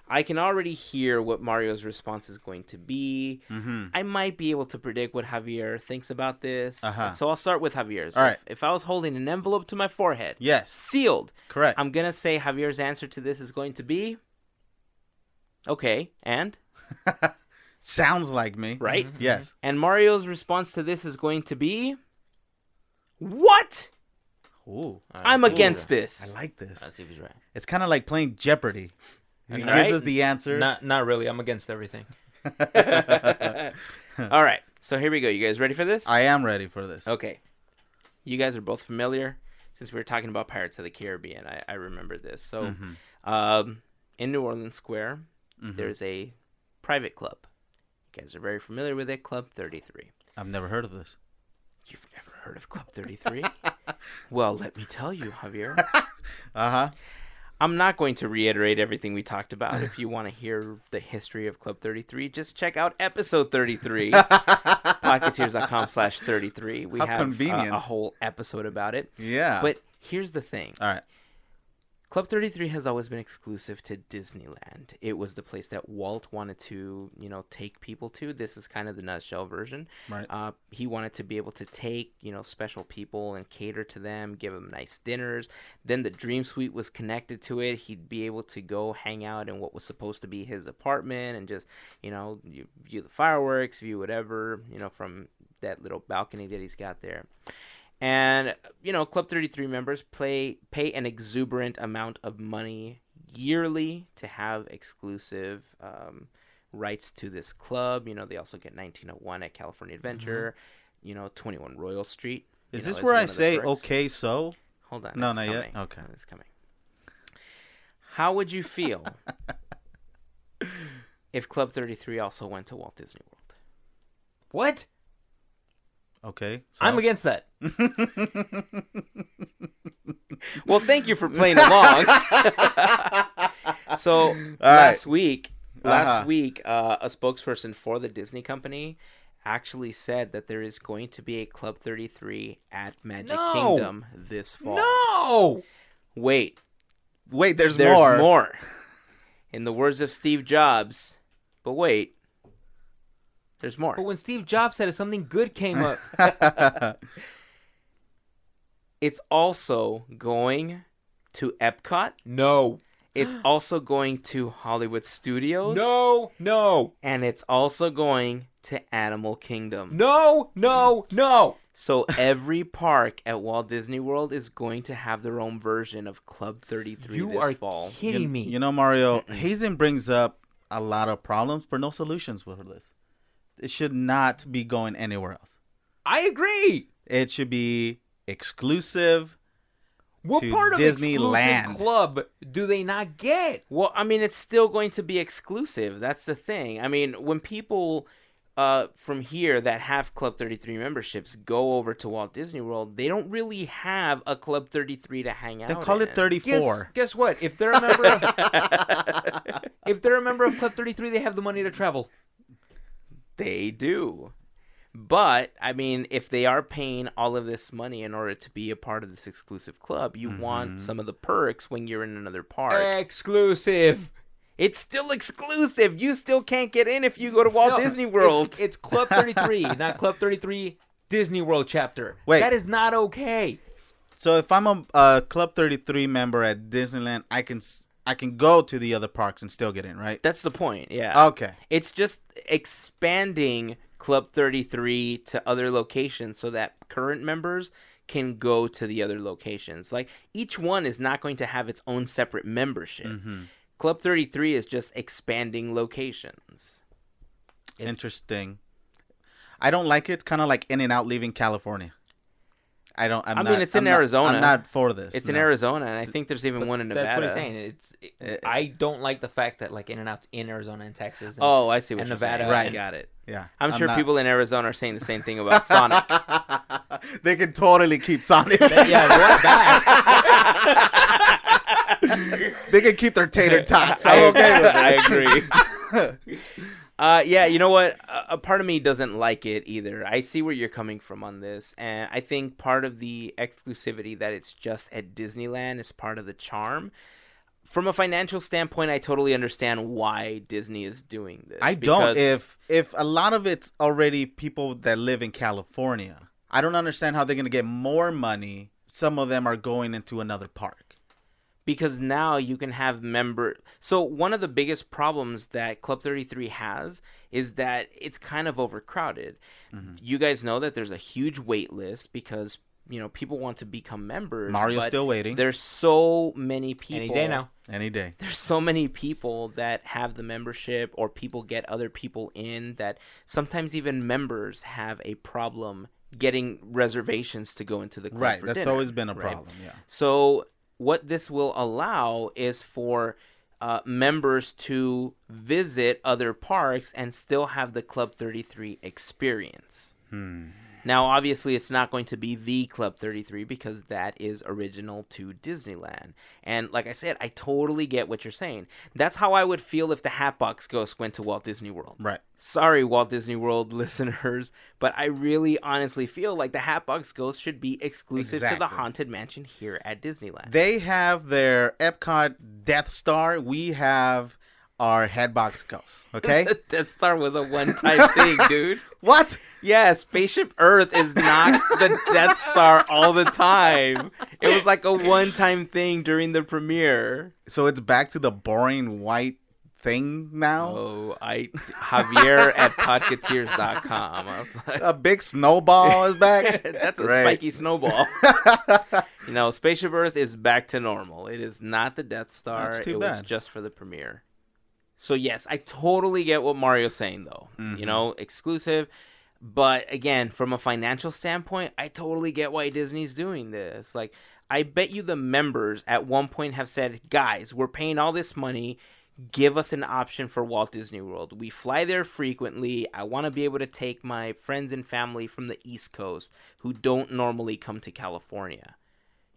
Speaker 1: I can already hear what Mario's response is going to be.
Speaker 3: Mhm.
Speaker 1: I might be able to predict what Javier thinks about this.
Speaker 3: Uh-huh.
Speaker 1: So I'll start with Javier's.
Speaker 3: All right.
Speaker 1: If, if I was holding an envelope to my forehead,
Speaker 3: Yes,
Speaker 1: sealed,
Speaker 3: correct.
Speaker 1: I'm gonna say Javier's answer to this is going to be okay, and
Speaker 3: [laughs] Sounds like me.
Speaker 1: right, Mm-hmm.
Speaker 3: Yes.
Speaker 1: and Mario's response to this is going to be what?
Speaker 3: Ooh,
Speaker 1: [laughs] I'm against
Speaker 3: I
Speaker 1: this.
Speaker 3: like this.
Speaker 2: Let's see if he's right.
Speaker 3: It's kind of like playing Jeopardy. He
Speaker 1: Right?
Speaker 3: gives us the answer.
Speaker 2: Not, not really. I'm against everything.
Speaker 1: [laughs] All right, so here we go. You guys ready for this?
Speaker 3: I am ready for this.
Speaker 1: okay. You guys are both familiar since we were talking about Pirates of the Caribbean. I, I remember this. So,
Speaker 3: Mm-hmm.
Speaker 1: um, in New Orleans Square, there's a private club. You guys are very familiar with it, Club 33.
Speaker 3: I've never heard of this.
Speaker 1: You've never heard of Club 33? [laughs] well, let me tell you, Javier.
Speaker 3: Uh huh.
Speaker 1: I'm not going to reiterate everything we talked about. If you want to hear the history of Club 33, just check out episode
Speaker 3: [laughs]
Speaker 1: 33, pocketeers.com slash 33. We
Speaker 3: How
Speaker 1: have uh,
Speaker 3: convenient.
Speaker 1: a whole episode about it.
Speaker 3: Yeah.
Speaker 1: But here's the thing.
Speaker 3: all right.
Speaker 1: Club 33 has always been exclusive to Disneyland. It was the place that Walt wanted to, you know, take people to. This is kind of the nutshell version.
Speaker 3: Right.
Speaker 1: Uh, he wanted to be able to take, you know, special people and cater to them, give them nice dinners. Then the Dream Suite was connected to it. He'd be able to go hang out in what was supposed to be his apartment and just, you know, you, view the fireworks, view whatever, you know, from that little balcony that he's got there and you know club 33 members play pay an exuberant amount of money yearly to have exclusive um, rights to this club you know they also get 1901 at california adventure you know 21 royal street you
Speaker 3: Mm-hmm. Is
Speaker 1: know,
Speaker 3: this where
Speaker 1: one
Speaker 3: I
Speaker 1: of the
Speaker 3: say
Speaker 1: perks.
Speaker 3: okay? So
Speaker 1: hold on
Speaker 3: No,
Speaker 1: it's
Speaker 3: not yet.
Speaker 1: coming.
Speaker 3: Okay.
Speaker 1: it's coming how would you
Speaker 3: [laughs]
Speaker 1: feel if club 33 also went to walt disney world
Speaker 2: What?
Speaker 3: okay.
Speaker 2: I'm
Speaker 3: [laughs] so?
Speaker 2: against that.
Speaker 1: Well, thank you for
Speaker 3: [laughs]
Speaker 1: playing along. so last week, last
Speaker 3: Uh-huh.
Speaker 1: week, uh, a spokesperson for the Disney company actually said that there is going to be a Club 33 at Magic
Speaker 2: No.
Speaker 1: Kingdom this fall.
Speaker 2: No.
Speaker 1: Wait,
Speaker 3: Wait, there's,
Speaker 1: there's
Speaker 3: more.
Speaker 1: more. In the words of Steve Jobs, but wait, there's more.
Speaker 2: But when Steve Jobs said it, something good came up.
Speaker 3: [laughs]
Speaker 1: It's also going to Epcot.
Speaker 2: [laughs] no. [gasps]
Speaker 1: It's also going to Hollywood Studios.
Speaker 2: No, no,
Speaker 1: And it's also going to Animal Kingdom.
Speaker 2: no, no, no.
Speaker 1: So every park at Walt Disney World is going to have their own version of Club 33
Speaker 2: You
Speaker 1: this
Speaker 2: are
Speaker 1: fall.
Speaker 2: kidding
Speaker 3: you,
Speaker 2: me.
Speaker 3: You know, Mario, Hazen brings up a lot of problems, but no solutions with this. It should not be going anywhere else.
Speaker 2: I agree.
Speaker 3: It should be exclusive.
Speaker 2: What
Speaker 3: To
Speaker 2: part of
Speaker 3: Disneyland.
Speaker 2: exclusive club do they not get?
Speaker 1: Well, I mean, it's still going to be exclusive. That's the thing. I mean, when people uh, from here that have Club 33 memberships go over to Walt Disney World, they don't really have a Club 33 to hang out.
Speaker 3: They call
Speaker 1: in.
Speaker 3: it 34.
Speaker 2: Guess what? If they're a member of if they're a member of Club 33, they have the money to travel.
Speaker 1: They do. But I mean, if they are paying all of this money in order to be a part of this exclusive club, you
Speaker 3: Mm-hmm.
Speaker 1: want some of the perks when you're in another park.
Speaker 2: Eh. Exclusive.
Speaker 1: It's still exclusive. You still can't get in if you go to Walt
Speaker 2: [laughs] No,
Speaker 1: Disney
Speaker 2: it's-
Speaker 1: World.
Speaker 2: It's, Club
Speaker 3: [laughs]
Speaker 2: 33, not Club 33 Disney World chapter.
Speaker 3: Wait.
Speaker 2: That is not okay.
Speaker 3: So if I'm a uh, Club 33 member at Disneyland, I can s- I can go to the other parks and still get in, right?
Speaker 1: That's the point. Yeah.
Speaker 3: Okay.
Speaker 1: It's just expanding Club 33 to other locations so that current members can go to the other locations. Like each one is not going to have its own separate membership. Club 33 is just expanding locations.
Speaker 2: It's-
Speaker 3: Interesting. I don't like it. Kind of like In and Out leaving California. I don't. I'm
Speaker 1: I
Speaker 3: not,
Speaker 1: mean, it's in
Speaker 3: I'm not-
Speaker 1: Arizona.
Speaker 3: I'm not for this.
Speaker 1: It's in
Speaker 3: no.
Speaker 1: Arizona, and I think there's even one in Nevada.
Speaker 2: That's what he's saying. It's
Speaker 3: Eh.
Speaker 2: I don't like the fact that like In and Out's in Arizona and Texas. And,
Speaker 1: Oh, I see what
Speaker 2: And
Speaker 1: you're
Speaker 2: Nevada
Speaker 1: saying. Right.
Speaker 3: and-
Speaker 1: Got it.
Speaker 3: Yeah,
Speaker 1: I'm, sure
Speaker 3: not-
Speaker 1: people in Arizona are saying the same thing about Sonic.
Speaker 3: [laughs] they can totally keep
Speaker 2: [laughs]
Speaker 3: Sonic.
Speaker 2: yeah, they want that.
Speaker 3: they can keep their tater tots. [laughs] I'm
Speaker 1: I-
Speaker 3: okay with it.
Speaker 1: I agree. [laughs] uh, yeah, you know what? A, a part of me doesn't like it either. I see where you're coming from on this, and I think part of the exclusivity that it's just at Disneyland is part of the charm. From a financial standpoint, I totally understand why Disney is doing this.
Speaker 3: I don't. If if a lot of it's already people that live in California, I don't understand how they're gonna get more money. Some of them are going into another park.
Speaker 1: because now you can have member so one of the biggest problems that club 33 has is that it's kind of overcrowded
Speaker 3: Mm-hmm.
Speaker 1: you guys know that there's a huge wait list because you know people want to become members
Speaker 3: Mario's
Speaker 1: but
Speaker 3: still waiting.
Speaker 1: there's so many people
Speaker 2: Any day now.
Speaker 3: Any day.
Speaker 1: there's so many people that have the membership or people get other people in that sometimes even members have a problem getting reservations to go into the club
Speaker 3: Right.
Speaker 1: for
Speaker 3: That's
Speaker 1: dinner,
Speaker 3: always been a
Speaker 1: right?
Speaker 3: problem. Yeah.
Speaker 1: So what this will allow is for uh, members to visit other parks and still have the Club 33 experience. Now, obviously, it's not going to be the Club 33 because that is original to Disneyland. And like I said, I totally get what you're saying. That's how I would feel if the Hatbox Ghost went to Walt Disney World.
Speaker 3: Right.
Speaker 1: Sorry, Walt Disney World [laughs] listeners, but I really honestly feel like the Hatbox Ghost should be exclusive to the
Speaker 3: Exactly.
Speaker 1: Haunted Mansion here at Disneyland.
Speaker 3: They have their Epcot Death Star. We have our Headbox Ghost. Okay.
Speaker 1: [laughs] Death Star was a one [laughs] time thing, dude.
Speaker 3: what?
Speaker 1: Yeah, Spaceship Earth is not the Death Star all the time. It was like a one time thing during the premiere.
Speaker 3: So it's back to the boring white thing now.
Speaker 1: Oh, [laughs] I Javier at podcateers.com. I was like,
Speaker 3: A big snowball
Speaker 1: [laughs]
Speaker 3: is back.
Speaker 1: That's a
Speaker 3: Right.
Speaker 1: spiky
Speaker 3: [laughs]
Speaker 1: snowball. you know, Spaceship Earth is back to normal. It is not the Death Star.
Speaker 3: That's too
Speaker 1: it was
Speaker 3: bad.
Speaker 1: just for the premiere. So yes, I totally get what Mario's saying though. You know, exclusive. But again, from a financial standpoint, I totally get why Disney's doing this. Like, I bet you the members at one point have said, guys, we're paying all this money. Give us an option for Walt Disney World. We fly there frequently. I want to be able to take my friends and family from the East Coast who don't normally come to California.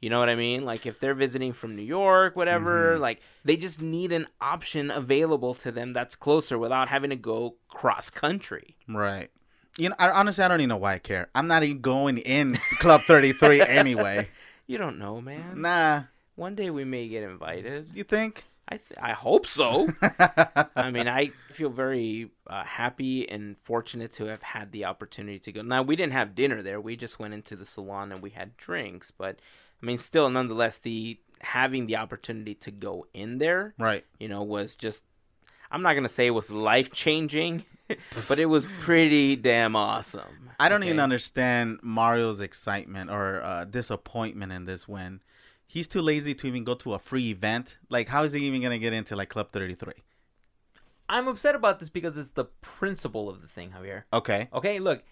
Speaker 1: You know what I mean? Like if they're visiting from New York, whatever, like they just need an option available to them that's closer without having to go cross country.
Speaker 3: Right. You know, I, honestly, I don't even know why I care. I'm not even going in Club
Speaker 1: [laughs]
Speaker 3: 33 anyway.
Speaker 1: You don't know, man.
Speaker 3: Nah,
Speaker 1: One day we may get invited.
Speaker 3: you think?
Speaker 1: I th- I hope so. I mean, I feel very uh, happy and fortunate to have had the opportunity to go. Now we didn't have dinner there; we just went into the salon and we had drinks. But I mean, still, nonetheless, the having the opportunity to go in there,
Speaker 3: Right.
Speaker 1: you know, was just I'm not gonna say it was life changing, [laughs] but it was pretty damn awesome.
Speaker 3: I don't even
Speaker 1: okay?
Speaker 3: understand Mario's excitement or uh, disappointment in this win. He's too lazy to even go to a free event. Like, how is he even gonna get into like Club Thirty Three?
Speaker 2: I'm upset about this because it's the principle of the thing, Javier.
Speaker 3: Okay.
Speaker 2: Okay, look,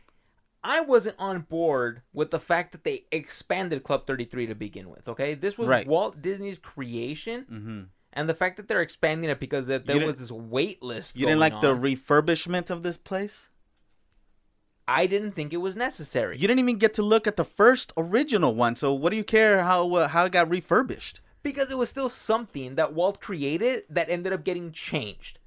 Speaker 2: I wasn't on board with the fact that they expanded Club 33 to begin with. Okay, this was
Speaker 3: Right.
Speaker 2: Walt Disney's creation,
Speaker 3: Mm-hmm.
Speaker 2: and the fact that they're expanding it because that there
Speaker 3: didn't-
Speaker 2: was this wait list.
Speaker 3: You didn't
Speaker 2: going
Speaker 3: like the
Speaker 2: on,
Speaker 3: refurbishment of this place.
Speaker 2: I didn't think it was necessary
Speaker 3: You didn't even get to look at the first original one. So what do you care how uh, how it got refurbished?
Speaker 2: because it was still something that Walt created that ended up getting changed.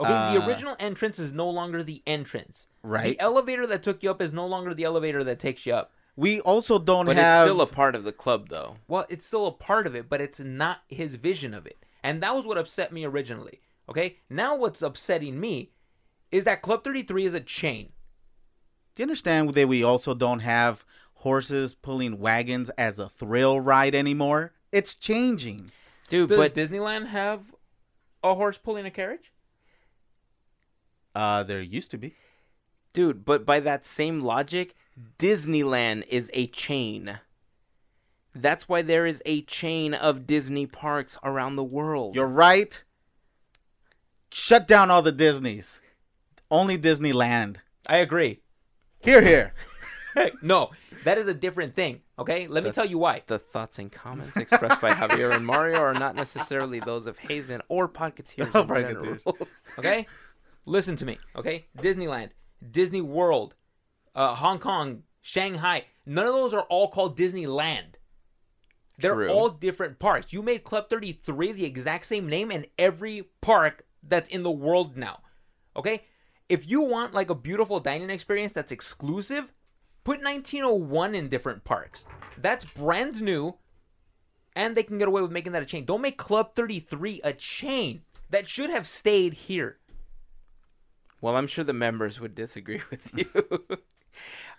Speaker 2: Okay, the
Speaker 3: Uh,
Speaker 2: original entrance is no longer the entrance.
Speaker 3: Right.
Speaker 2: The elevator that took you up is no longer the elevator that takes you up.
Speaker 3: We also don't
Speaker 1: But
Speaker 3: have.
Speaker 1: it's still a part of the club though.
Speaker 2: Well, it's still a part of it, but it's not his vision of it. And that was what upset me originally. Okay? Now what's upsetting me is that Club 33 is a chain.
Speaker 3: Do you understand that we also don't have horses pulling wagons as a thrill ride anymore? It's changing.
Speaker 1: Dude,
Speaker 2: Does
Speaker 1: but
Speaker 2: Disneyland have a horse pulling a carriage?
Speaker 3: Uh, there used to be.
Speaker 1: dude, but by that same logic, Disneyland is a chain. That's why there is a chain of Disney parks around the world.
Speaker 3: You're right. Shut down all the Disneys. Only Disneyland.
Speaker 2: I agree. [laughs]
Speaker 3: Here, here.
Speaker 2: no, that is a different thing. Okay? Let me tell you why.
Speaker 1: The thoughts and comments expressed
Speaker 3: [laughs]
Speaker 1: by Javier and Mario are not necessarily those of Hazen or
Speaker 3: [laughs]
Speaker 1: Pocketeers in general.
Speaker 3: Pocketeers.
Speaker 2: [laughs] Okay? Listen to me. Okay? Disneyland, Disney World, uh, Hong Kong, Shanghai. None of those are all called Disneyland. They're
Speaker 1: True.
Speaker 2: all different parks. You made Club 33 the exact same name in every park that's in the world now. Okay? If you want like a beautiful dining experience that's exclusive, put 1901 in different parks. That's brand new and they can get away with making that a chain. Don't make Club 33 a chain. That should have stayed here.
Speaker 1: Well, I'm sure the members would disagree [laughs] with you. uh,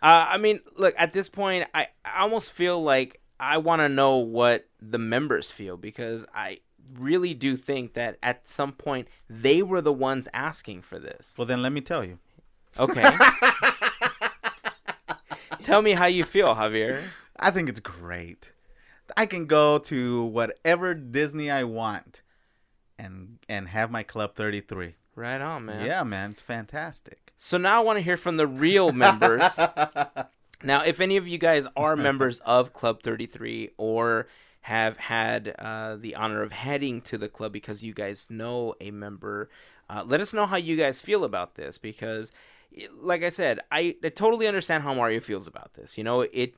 Speaker 1: I mean, look, at this point, I, I almost feel like I want to know what the members feel because I really do think that at some point they were the ones asking for this.
Speaker 3: Well, then let me tell you.
Speaker 1: Okay. Tell me how you feel, Javier.
Speaker 3: I think it's great. I can go to whatever Disney I want, and and have my Club Thirty Three.
Speaker 1: Right on, man.
Speaker 3: Yeah, man, it's fantastic.
Speaker 1: So now I want to hear from the real members. now, if any of you guys are members of Club 33 or have had uh, the honor of heading to the club because you guys know a member, uh, let us know how you guys feel about this because, it- like I said, I, I totally understand how Mario feels about this. You know, it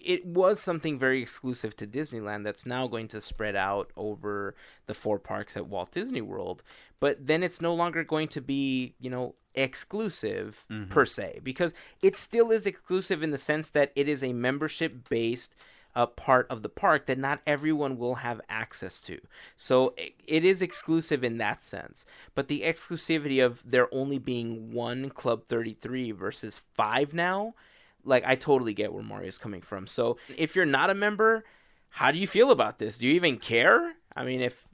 Speaker 1: it was something very exclusive to Disneyland that's now going to spread out over the four parks at Walt Disney World. But then it's no longer going to be, you know, exclusive per se, because it still is exclusive in the sense that it is a membership based uh, part of the park that not everyone will have access to. So i- it is exclusive in that sense. But the exclusivity of there only being one Club 33 versus five now like I totally get where Mario's coming from. So if you're not a member, how do you feel about this? Do you even care? I mean, if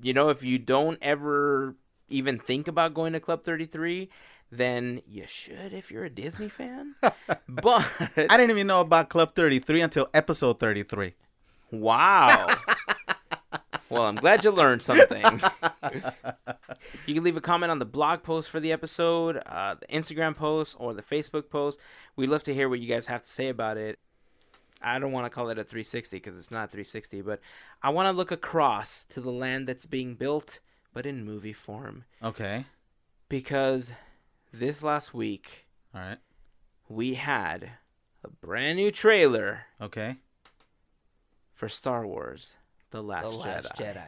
Speaker 1: you know, if you don't ever even think about going to Club 33, then you should if you're a Disney fan. but
Speaker 3: I didn't even know about Club 33 until episode 33.
Speaker 1: wow. Well, I'm glad you learned [laughs] something. you can leave a comment on the blog post for the episode, uh, the Instagram post, or the Facebook post. We'd love to hear what you guys have to say about it. I don't want to call it a 360 because it's not 360, but I want to look across to the land that's being built, but in movie form.
Speaker 3: Okay.
Speaker 1: Because this last week,
Speaker 3: All right.
Speaker 1: we had a brand new trailer
Speaker 3: Okay.
Speaker 1: for Star Wars The Last, Jedi.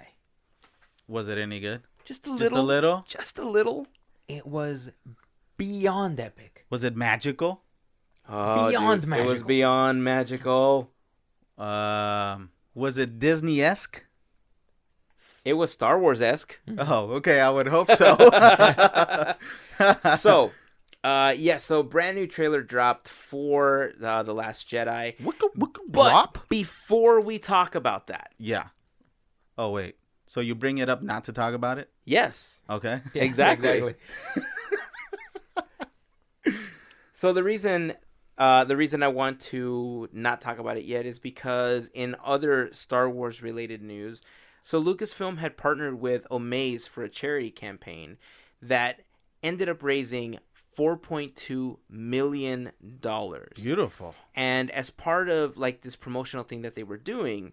Speaker 3: Was it any good?
Speaker 1: Just a
Speaker 3: Just a
Speaker 1: little.
Speaker 3: little?
Speaker 1: Just a little.
Speaker 2: It was beyond epic.
Speaker 3: Was it magical?
Speaker 1: Oh,
Speaker 2: Beyond
Speaker 1: dude, It was
Speaker 2: magical.
Speaker 1: beyond magical.
Speaker 3: Um, was it Disney esque?
Speaker 1: It was [laughs] Mm-hmm. Star Wars esque. [laughs]
Speaker 3: Oh, okay. I would hope so.
Speaker 1: so, Uh, yeah, so brand new trailer dropped for uh, The Last Jedi.
Speaker 3: Wicka, wicka,
Speaker 1: But
Speaker 3: drop?
Speaker 1: before we talk about that,
Speaker 3: [laughs] Yeah. Oh wait. So you bring it up not to talk about it?
Speaker 1: yes.
Speaker 3: Okay.
Speaker 2: Yeah,
Speaker 1: Exactly. So the reason uh, the reason I want to not talk about it yet is because in other Star Wars related news, so Lucasfilm had partnered with Omaze for a charity campaign that ended up raising 4.2 million dollars.
Speaker 3: [laughs] Beautiful.
Speaker 1: And as part of like this promotional thing that they were doing,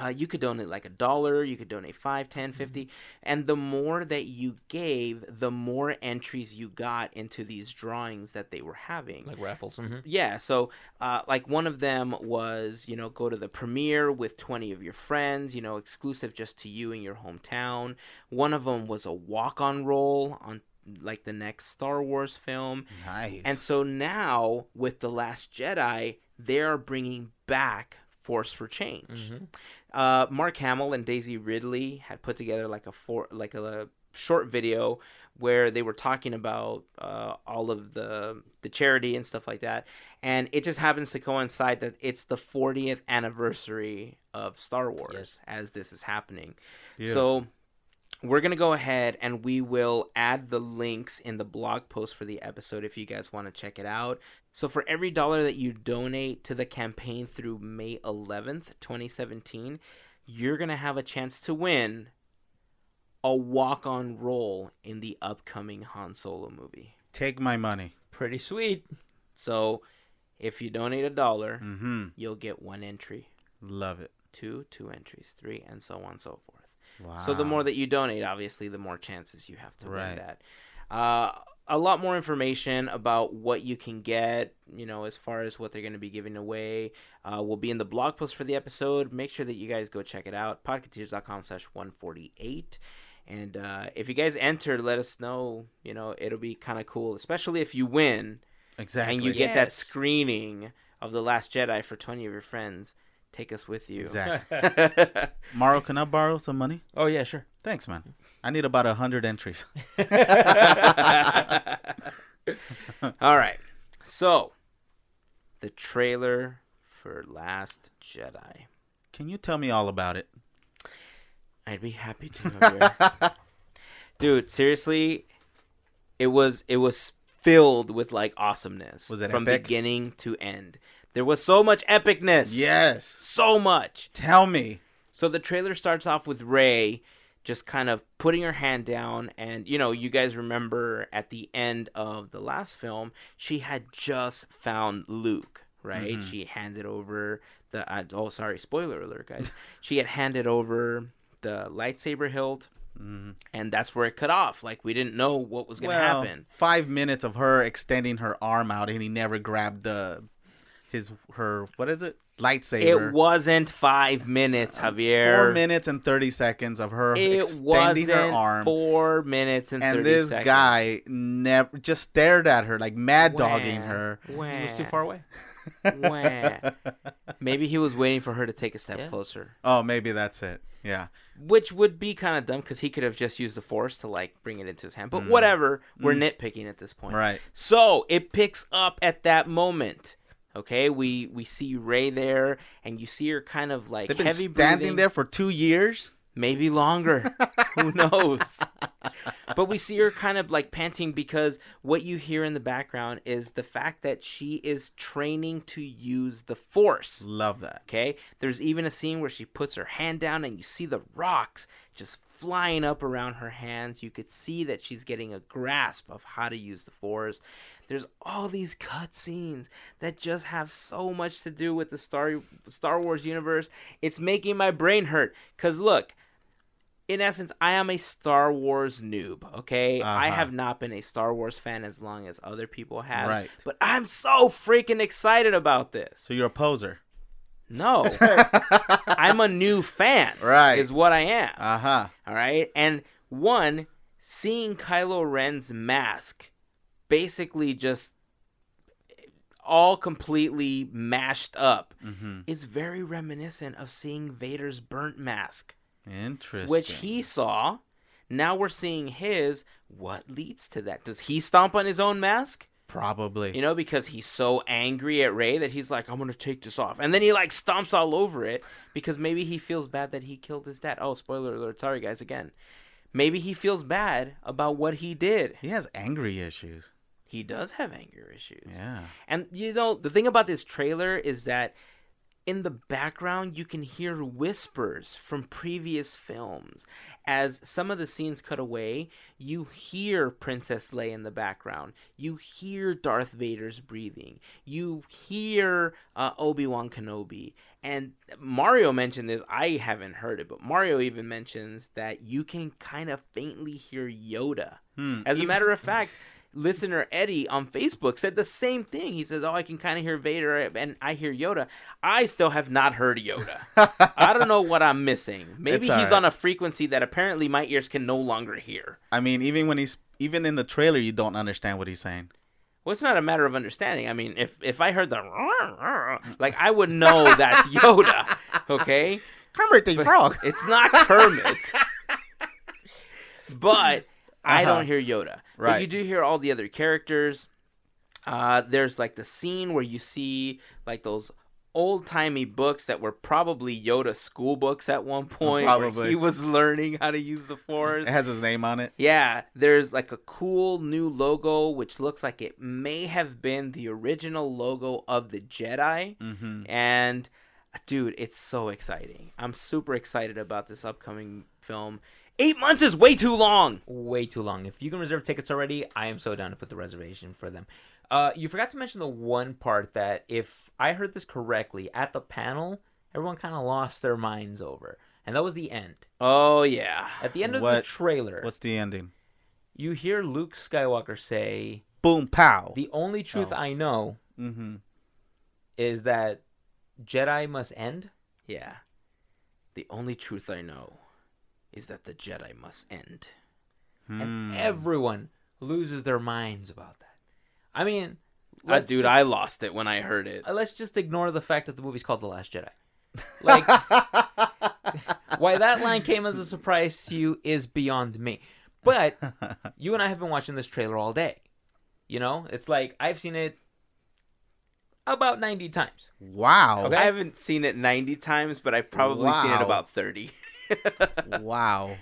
Speaker 1: uh, you could donate like a dollar, you could donate five, ten, fifty, and the more that you gave, the more entries you got into these drawings that they were having.
Speaker 2: Like raffles. hmm
Speaker 1: yeah, so uh, like one of them was, you know, go to the premiere with 20 of your friends, you know, exclusive just to you in your hometown. One of them was a walk on roll on like the next Star Wars film.
Speaker 3: Nice.
Speaker 1: And so now with The Last Jedi, they are bringing back Force for Change.
Speaker 2: Mm-hmm.
Speaker 1: Uh, Mark Hamill and Daisy Ridley had put together like a four, like a, short video where they were talking about uh, all of the the charity and stuff like that, and it just happens to coincide that it's the 40th anniversary of Star Wars as this is happening. So we're going to go ahead and we will add the links in the blog post for the episode if you guys want to check it out. So for every dollar that you donate to the campaign through May 11th, 2017, you're going to have a chance to win a walk-on role in the upcoming Han Solo movie.
Speaker 3: take my money.
Speaker 2: Pretty sweet. [laughs]
Speaker 1: So if you donate a dollar,
Speaker 3: Mm-hmm.
Speaker 1: you'll get one entry,
Speaker 3: Love it.
Speaker 1: two, two entries, three, and so on and so forth.
Speaker 3: Wow.
Speaker 1: So the more that you donate, obviously, the more chances you have to
Speaker 3: Right.
Speaker 1: win that. Uh, a lot more information about what you can get, you know, as far as what they're going to be giving away, uh, will be in the blog post for the episode. Make sure that you guys go check it out, podcateers.com slash 148. And uh, if you guys enter, let us know. You know, it'll be kind of cool, especially if you win
Speaker 3: exactly.
Speaker 1: and you get that
Speaker 2: Yes.
Speaker 1: screening of The Last Jedi for 20 of your friends. Take us with you.
Speaker 3: exactly.
Speaker 1: [laughs]
Speaker 3: Mauro, can I borrow some money?
Speaker 2: oh yeah, sure.
Speaker 3: Thanks, man. I need about a
Speaker 1: [laughs]
Speaker 3: hundred entries.
Speaker 1: All right. So, the trailer for Last Jedi.
Speaker 3: Can you tell me all about it?
Speaker 1: I'd be happy to. Javier. [laughs] Dude, seriously, it was it was filled with like awesomeness
Speaker 3: Was it
Speaker 1: from
Speaker 3: epic?
Speaker 1: beginning to end. There was so much epicness.
Speaker 3: Yes.
Speaker 1: So much.
Speaker 3: Tell me.
Speaker 1: So the trailer starts off with Ray just kind of putting her hand down and you know you guys remember at the end of the last film she had just found Luke right
Speaker 3: Mm-hmm.
Speaker 1: she handed over the uh, oh sorry spoiler alert
Speaker 3: [laughs]
Speaker 1: guys she had handed over the lightsaber hilt and that's where it cut off like we didn't know what was going to
Speaker 3: Mm-hmm. Well,
Speaker 1: happen
Speaker 3: Five minutes of her extending her arm out, and he never grabbed the his her what is it lightsaber.
Speaker 1: it wasn't 5 minutes Javier
Speaker 3: Uh, four minutes and 30 seconds of her
Speaker 1: it
Speaker 3: extending
Speaker 1: wasn't
Speaker 3: her arm
Speaker 1: 4 minutes and,
Speaker 3: and
Speaker 1: 30
Speaker 3: this
Speaker 1: seconds.
Speaker 3: guy never just stared at her like mad dogging
Speaker 1: Wah,
Speaker 3: her
Speaker 2: He was too
Speaker 3: [laughs]
Speaker 1: wah.
Speaker 2: far away.
Speaker 1: Wah. Maybe he was waiting for her to take a step
Speaker 2: Yeah.
Speaker 1: closer,
Speaker 3: oh maybe that's it yeah
Speaker 1: which would be kind of dumb because he could have just used the force to like bring it into his hand. But whatever, we're nitpicking at this point.
Speaker 3: Mm. right
Speaker 1: So it picks up at that moment. Okay, we we see Ray there, and you see her kind of like
Speaker 3: they've been
Speaker 1: heavy
Speaker 3: standing
Speaker 1: breathing.
Speaker 3: there for two years
Speaker 1: maybe longer. Who knows? But we see her kind of like panting because what you hear in the background is the fact that she is training to use the force.
Speaker 3: love that
Speaker 1: Okay. There's even a scene where she puts her hand down and you see the rocks just flying up around her hands. You could see that she's getting a grasp of how to use the force. There's all these cutscenes that just have so much to do with the Star Star Wars universe. It's making my brain hurt. Cause look, in essence, I am a Star Wars noob. Okay, I
Speaker 3: Uh-huh.
Speaker 1: have not been a Star Wars fan as long as other people have.
Speaker 3: Right.
Speaker 1: But I'm so freaking excited about this.
Speaker 3: so you're a poser [laughs]
Speaker 1: No. I'm a new fan.
Speaker 3: Right.
Speaker 1: Is what I am.
Speaker 3: uh-huh
Speaker 1: all right. And one, seeing Kylo Ren's mask basically just all completely mashed up
Speaker 3: mm-hmm.
Speaker 1: is very reminiscent of seeing Vader's burnt mask,
Speaker 3: interesting
Speaker 1: which he saw. Now we're seeing his. What leads to that? Does he stomp on his own mask?
Speaker 3: Probably.
Speaker 1: You know, because he's so angry at Ray that he's like, I'm gonna take this off, and then he like stomps all over it because maybe he feels bad that he killed his dad. Oh, spoiler alert! Sorry, guys, again. Maybe he feels bad about what he did.
Speaker 3: he has angry issues.
Speaker 1: He does have anger issues.
Speaker 3: Yeah.
Speaker 1: And you know, the thing about this trailer is that in the background you can hear whispers from previous films. As some of the scenes cut away, you hear Princess Leia in the background. You hear Darth Vader's breathing. You hear uh, Obi-Wan Kenobi. And Mario mentioned this. I haven't heard it, but Mario even mentions that you can kind of faintly hear Yoda.
Speaker 3: Hmm.
Speaker 1: As a matter
Speaker 3: [laughs]
Speaker 1: of fact, listener Eddie on Facebook said the same thing. He says, "Oh, I can kind of hear Vader and I hear Yoda. I still have not heard Yoda. I don't know what I'm
Speaker 3: [laughs]
Speaker 1: missing. Maybe
Speaker 3: It's
Speaker 1: he's
Speaker 3: all right.
Speaker 1: on a frequency that apparently my ears can no longer hear."
Speaker 3: I mean, even when he's even in the trailer, you don't understand what he's saying.
Speaker 1: Well, it's not a matter of understanding. I mean, if if I heard the [laughs] like, I would know that's Yoda. Okay,
Speaker 3: Kermit the Frog.
Speaker 1: [laughs] it's not Kermit, but I
Speaker 3: Uh-huh.
Speaker 1: don't hear Yoda. But
Speaker 3: Right.
Speaker 1: you do hear all the other characters. Uh, there's like the scene where you see like those old timey books that were probably Yoda school books at one point. where
Speaker 3: Probably.
Speaker 1: he was learning how to use the Force.
Speaker 3: It has his name on it.
Speaker 1: Yeah, there's like a cool new logo which looks like it may have been the original logo of the Jedi.
Speaker 3: Mm-hmm.
Speaker 1: And dude, it's so exciting. I'm super excited about this upcoming film. Eight months is way too long.
Speaker 2: way too long. If you can reserve tickets already, I am so down to put the reservation for them. Uh, you forgot to mention the one part that, if I heard this correctly, at the panel, everyone kind of lost their minds over, and that was the end.
Speaker 1: Oh, yeah.
Speaker 2: At the end of the
Speaker 3: What-
Speaker 2: trailer,
Speaker 3: What's the ending?
Speaker 2: you hear Luke Skywalker say,
Speaker 3: Boom pow.
Speaker 2: "The only truth
Speaker 3: Oh.
Speaker 2: I know
Speaker 3: mm-hmm.
Speaker 2: is that Jedi must end."
Speaker 1: Yeah. The only truth I know is that the Jedi must end.
Speaker 3: Hmm.
Speaker 1: Hmm.
Speaker 2: and everyone loses their minds about that. I mean,
Speaker 1: Uh,
Speaker 2: let's
Speaker 1: dude,
Speaker 2: just-
Speaker 1: I lost it when I heard it.
Speaker 2: uh, let's just ignore the fact that the movie's called The Last Jedi.
Speaker 1: [laughs]
Speaker 2: Like, why that line came as a surprise to you is beyond me.
Speaker 1: [laughs]
Speaker 2: But you and I have been watching this trailer all day. You know, it's like I've seen it about ninety times.
Speaker 3: wow.
Speaker 2: Okay.
Speaker 1: I haven't seen it 90 times, but I've probably seen it
Speaker 3: Wow.
Speaker 1: about 30.
Speaker 3: Wow.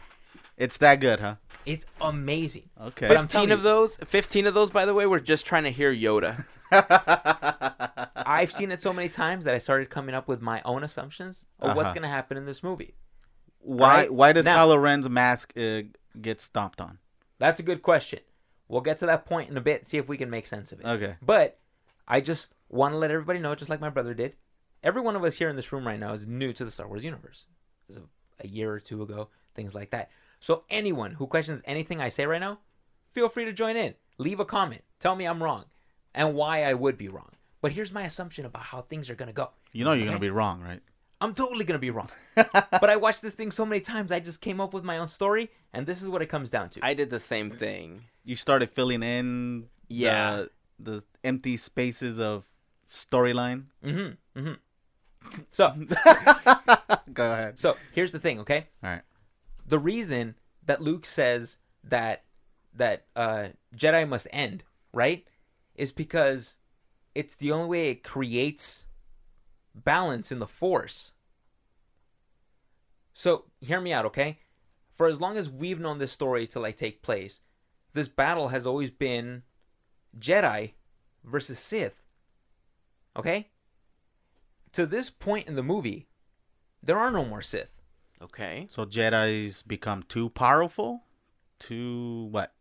Speaker 3: It's that good, huh?
Speaker 2: It's amazing.
Speaker 3: Okay.
Speaker 2: But I'm
Speaker 1: 15
Speaker 2: telling
Speaker 1: of
Speaker 2: you-
Speaker 1: those 15 of those by the way were just trying to hear yoda [laughs]
Speaker 2: I've seen it so many times that I started coming up with my own assumptions of what's
Speaker 3: Uh-huh.
Speaker 2: going to happen in this movie.
Speaker 3: why
Speaker 2: Alright,
Speaker 3: why does
Speaker 2: now-
Speaker 3: Kylo Ren's mask uh, get stomped on?
Speaker 2: That's a good question. We'll get to that point in a bit, see if we can make sense of it.
Speaker 3: Okay.
Speaker 2: But I just want to let everybody know, just like my brother did, every one of us here in this room right now is new to the Star Wars universe. It was a, a year or two ago, things like that. So anyone who questions anything I say right now, feel free to join in. Leave a comment. Tell me I'm wrong and why I would be wrong. But here's my assumption about how things are going to go.
Speaker 3: You know you're gonna be wrong, right?
Speaker 2: I'm totally going to be wrong. but I watched this thing so many times, I just came up with my own story, and this is what it comes down to.
Speaker 1: i did the same thing
Speaker 3: You started filling in
Speaker 1: Yeah.
Speaker 3: the, the empty spaces of storyline.
Speaker 2: Mm-hmm. Mm-hmm. So,
Speaker 3: Go ahead.
Speaker 2: so here's the thing, okay?
Speaker 3: All right.
Speaker 2: The reason that Luke says that that uh, Jedi must end, right, is because it's the only way it creates balance in the Force. So hear me out, okay? For as long as we've known this story to like take place, this battle has always been Jedi versus Sith. Okay? To this point in the movie, there are no more Sith.
Speaker 1: okay
Speaker 3: So Jedi's become too powerful? Too what?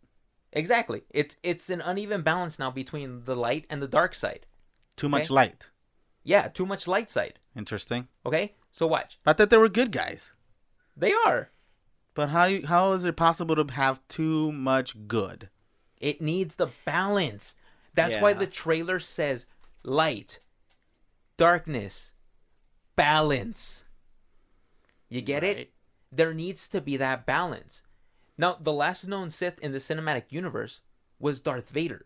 Speaker 2: Exactly. It's it's an uneven balance now between the light and the dark side.
Speaker 3: Too much
Speaker 2: Okay.
Speaker 3: light.
Speaker 2: Yeah, too much light side.
Speaker 3: Interesting.
Speaker 2: Okay? So watch.
Speaker 3: I thought they were good guys.
Speaker 2: They are.
Speaker 3: But how you- how is it possible to have too much good?
Speaker 2: It needs the balance. That's why
Speaker 1: Yeah.
Speaker 2: the trailer says light, darkness, balance. You get it?
Speaker 1: Right.
Speaker 2: There needs to be that balance. Now, the last known Sith in the cinematic universe was Darth Vader.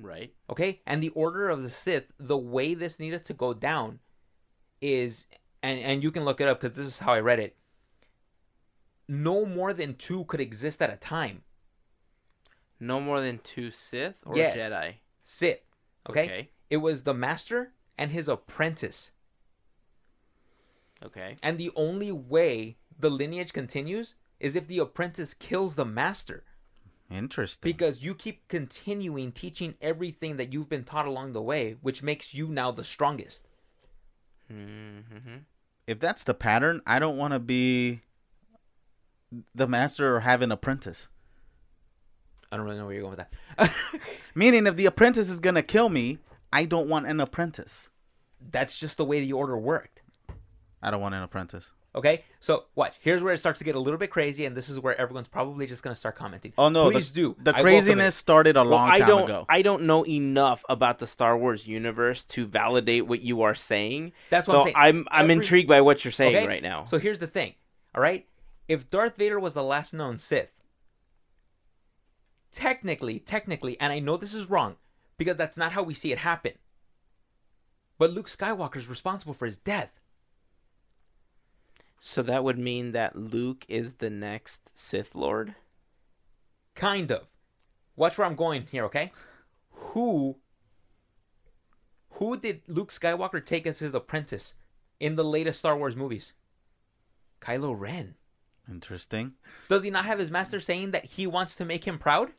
Speaker 1: right
Speaker 2: Okay? And the order of the Sith, the way this needed to go down is and and you can look it up cuz this is how I read it. no more than two could exist at a time.
Speaker 1: No more than two Sith or
Speaker 2: Yes.
Speaker 1: Jedi.
Speaker 2: Sith. Okay? It was the master and his apprentice.
Speaker 1: Okay.
Speaker 2: And the only way the lineage continues is if the apprentice kills the master.
Speaker 3: Interesting.
Speaker 2: Because you keep continuing teaching everything that you've been taught along the way, which makes you now the strongest.
Speaker 1: Mm-hmm.
Speaker 3: if that's the pattern, I don't want to be the master or have an apprentice.
Speaker 2: I don't really know where you're going with that. [laughs]
Speaker 3: Meaning, if the apprentice is gonna kill me, I don't want an apprentice.
Speaker 2: That's just the way the order worked.
Speaker 3: I don't want an apprentice.
Speaker 2: Okay, so watch. Here's where it starts to get a little bit crazy, and this is where everyone's probably just gonna start commenting.
Speaker 3: Oh no,
Speaker 2: please
Speaker 3: the,
Speaker 2: do.
Speaker 3: The
Speaker 2: I welcome it.
Speaker 3: craziness started a long
Speaker 1: I
Speaker 3: time
Speaker 1: don't.
Speaker 3: ago.
Speaker 1: I don't know enough about the Star Wars universe to validate what you are saying.
Speaker 2: That's what
Speaker 1: so
Speaker 2: I'm saying.
Speaker 1: I'm, I'm
Speaker 2: Every-
Speaker 1: intrigued by what you're saying
Speaker 2: Okay?
Speaker 1: right now.
Speaker 2: So here's the thing. All right, if Darth Vader was the last known Sith, technically, technically, and I know this is wrong because that's not how we see it happen. But Luke Skywalker is responsible for his death.
Speaker 1: So that would mean that Luke is the next Sith Lord.
Speaker 2: kind of watch where i'm going here okay who who did luke skywalker take as his apprentice in the latest star wars movies kylo ren
Speaker 3: Interesting.
Speaker 2: does he not have his master saying that he wants to make him proud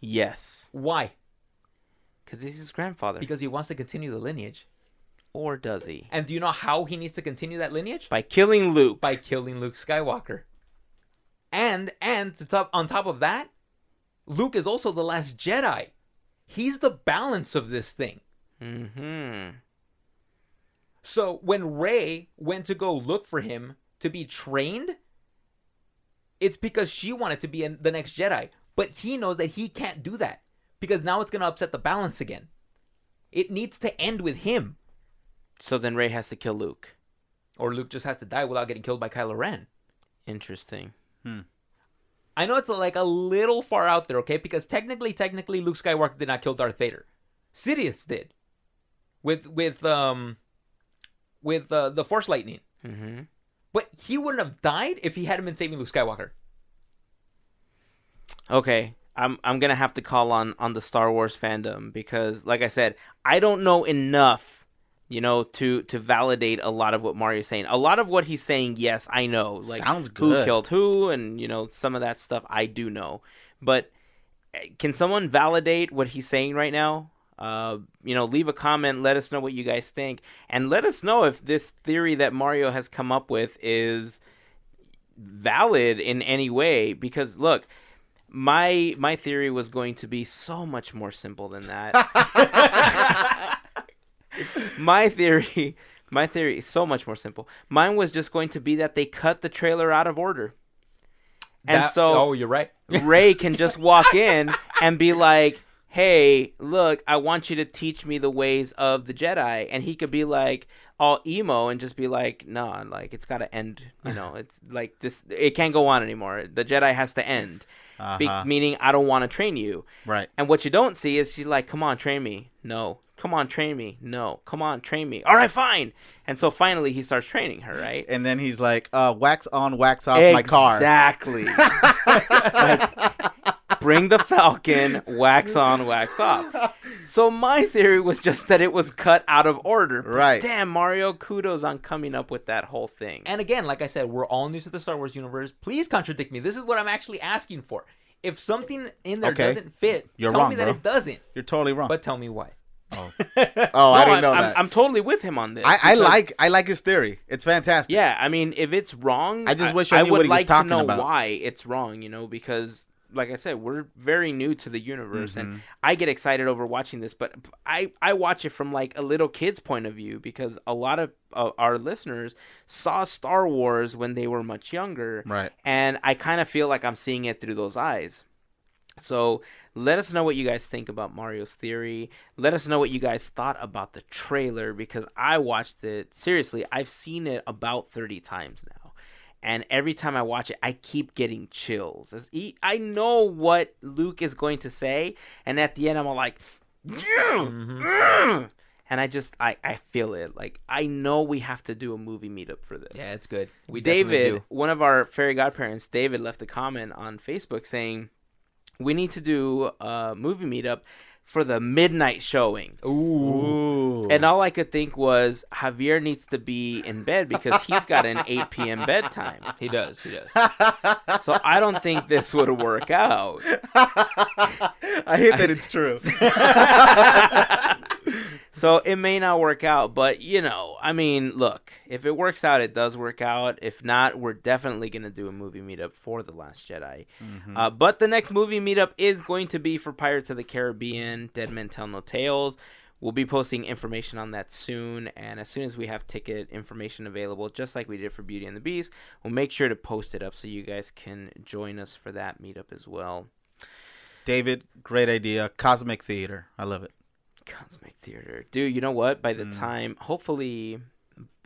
Speaker 1: Yes,
Speaker 2: why
Speaker 1: because he's his grandfather.
Speaker 2: because he wants to continue the lineage
Speaker 1: or does he?
Speaker 2: and do you know how he needs to continue that lineage
Speaker 1: By killing Luke.
Speaker 2: by killing luke skywalker and and to top on top of that luke is also the last jedi he's the balance of this thing
Speaker 1: hmm
Speaker 2: So when Ray went to go look for him to be trained, it's because she wanted to be in the next Jedi, but he knows that he can't do that because now it's going to upset the balance again. It needs to end with him,
Speaker 1: So then Ray has to kill Luke.
Speaker 2: or Luke just has to die without getting killed by Kylo Ren.
Speaker 1: Interesting.
Speaker 3: Hmm,
Speaker 2: I know it's like a little far out there, okay? Because technically, technically, Luke Skywalker did not kill Darth Vader. Sidious did, with with um, with uh, the Force lightning.
Speaker 1: hmm
Speaker 2: But he wouldn't have died if he hadn't been saving Luke Skywalker.
Speaker 1: Okay, I'm I'm gonna have to call on on the Star Wars fandom because, like I said, I don't know enough, you know, to to validate a lot of what Mario's saying. A lot of what he's saying, yes, I know. Like
Speaker 3: Sounds
Speaker 1: Who
Speaker 3: good.
Speaker 1: killed who, and you know some of that stuff I do know. But eh, can someone validate what he's saying right now? Uh, you know, leave a comment. Let us know what you guys think, and let us know if this theory that Mario has come up with is valid in any way. Because look, my my theory was going to be so much more simple than that. my theory, my theory is so much more simple. Mine was just going to be that they cut the trailer out of order. And
Speaker 2: That-
Speaker 1: so
Speaker 2: oh, you're right.
Speaker 1: Ray can just walk in and be like, "Hey, look, I want you to teach me the ways of the Jedi," and he could be like all emo and just be like, "Nah, like it's got to end. You know, it's like this. It can't go on anymore. The Jedi has to end." Be-
Speaker 3: Uh-huh.
Speaker 1: meaning, I don't want to train you.
Speaker 3: Right.
Speaker 1: And what you don't see is she's like, "Come on, train me." No. Come on, train me. No. Come on, train me. All right, fine. And so finally, he starts training her. Right.
Speaker 3: And then he's like, uh, "Wax on, wax off my car." [laughs]
Speaker 1: Exactly. Like, bring the Falcon, wax on, wax off. So my theory was just that it was cut out of order. But
Speaker 3: Right.
Speaker 1: Damn, Mario, kudos on coming up with that whole thing.
Speaker 2: [laughs] And again, like I said, we're all new to the Star Wars universe. Please contradict me. This is what I'm actually asking for. If something in there
Speaker 3: Okay.
Speaker 2: doesn't fit,
Speaker 3: You're
Speaker 2: tell
Speaker 3: wrong,
Speaker 2: me that
Speaker 3: bro.
Speaker 2: it doesn't,
Speaker 3: You're totally wrong.
Speaker 2: but tell me why.
Speaker 3: oh, Oh,
Speaker 1: No,
Speaker 3: I didn't know
Speaker 1: I'm,
Speaker 3: that.
Speaker 1: I'm totally with him on this.
Speaker 3: I, I
Speaker 1: because-
Speaker 3: like I like his theory. It's fantastic.
Speaker 1: Yeah, I mean, if it's wrong,
Speaker 3: I just wish I knew what
Speaker 1: would
Speaker 3: he was
Speaker 1: like
Speaker 3: talking
Speaker 1: to know
Speaker 3: about.
Speaker 1: why it's wrong. You know, because like I said, we're very new to the universe,
Speaker 3: Mm-hmm.
Speaker 1: and I get excited over watching this. But I I watch it from like a little kid's point of view because a lot of uh, our listeners saw Star Wars when they were much younger,
Speaker 3: Right.
Speaker 1: and I kind of feel like I'm seeing it through those eyes. So let us know what you guys think about Mario's theory. Let us know what you guys thought about the trailer because I watched it seriously. I've seen it about 30 times now. And every time I watch it, I keep getting chills. As e- I know what Luke is going to say, and at the end I'm all like, "Yeah!" Mm. and I just I I feel it. Like I know we have to do a movie meetup for this.
Speaker 2: Yeah, it's good. We definitely
Speaker 1: David,
Speaker 2: do.
Speaker 1: one of our fairy godparents, David left a comment on Facebook saying, "We need to do a movie meetup for the midnight showing."
Speaker 2: Ooh.
Speaker 3: Ooh.
Speaker 1: And all I could think was Javier needs to be in bed because he's got an 8 p.m. bedtime.
Speaker 2: He does. He
Speaker 3: [laughs]
Speaker 2: does.
Speaker 1: So I don't think this would work out.
Speaker 3: I hate that it's true.
Speaker 1: So it may not work out, but you know, I mean, look, if it works out, it does work out. If not, we're definitely going to do a movie meetup for The Last Jedi. Uh, but the next movie meetup is going to be for Pirates of the Caribbean Dead Men Tell No Tales. We'll be posting information on that soon. And as soon as we have ticket information available, just like we did for Beauty and the Beast, we'll make sure to post it up so you guys can join us for that meetup as well.
Speaker 3: [laughs] David, great idea. Cosmic Theater. I love it.
Speaker 1: Cosmic Theater. Dude, you know what? By the
Speaker 2: Mm.
Speaker 1: time, hopefully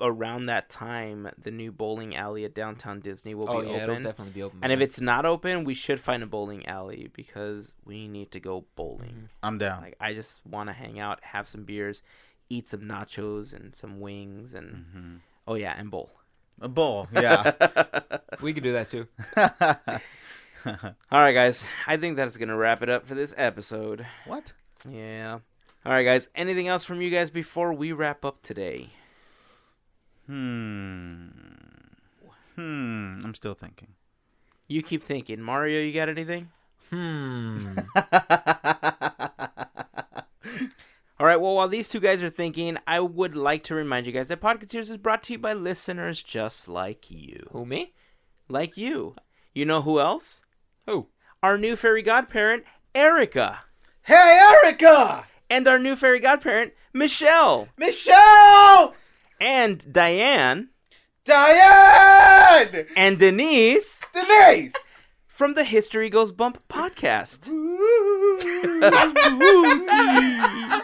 Speaker 1: around that time, the new bowling alley at downtown Disney will
Speaker 2: Oh
Speaker 1: be
Speaker 2: yeah, it'll
Speaker 1: open.
Speaker 2: definitely be open.
Speaker 1: and if
Speaker 2: man.
Speaker 1: it's not open, we should find a bowling alley because we need to go bowling.
Speaker 3: I'm
Speaker 2: Mm-hmm.
Speaker 3: down.
Speaker 1: Like, I just want to hang out, have some beers, eat some nachos and some wings, and
Speaker 2: Mm-hmm.
Speaker 1: oh, yeah, and bowl.
Speaker 3: A [laughs] bowl.
Speaker 2: Ah.
Speaker 3: Yeah.
Speaker 2: we could do that too.
Speaker 1: [laughs] All right, guys. I think that's going to wrap it up for this episode.
Speaker 3: what?
Speaker 1: Yeah. All right, guys. Anything else from you guys before we wrap up today?
Speaker 3: Hmm. Hmm. I'm still [laughs] thinking.
Speaker 1: You keep thinking. Mario, you got anything?
Speaker 2: Hmm.
Speaker 1: All right, well, while these two guys are thinking, I would like to remind you guys that Podcateers is brought to you by listeners just like you.
Speaker 2: Who me?
Speaker 1: Like you. You know who else?
Speaker 2: Who?
Speaker 1: Our new fairy godparent, Erica.
Speaker 3: Hey, Erica!
Speaker 1: And our new fairy godparent, Michelle.
Speaker 3: Michelle!
Speaker 1: And Diane.
Speaker 3: Diane!
Speaker 1: And Denise
Speaker 3: Denise!
Speaker 1: from the History Goes Bump podcast. [laughs]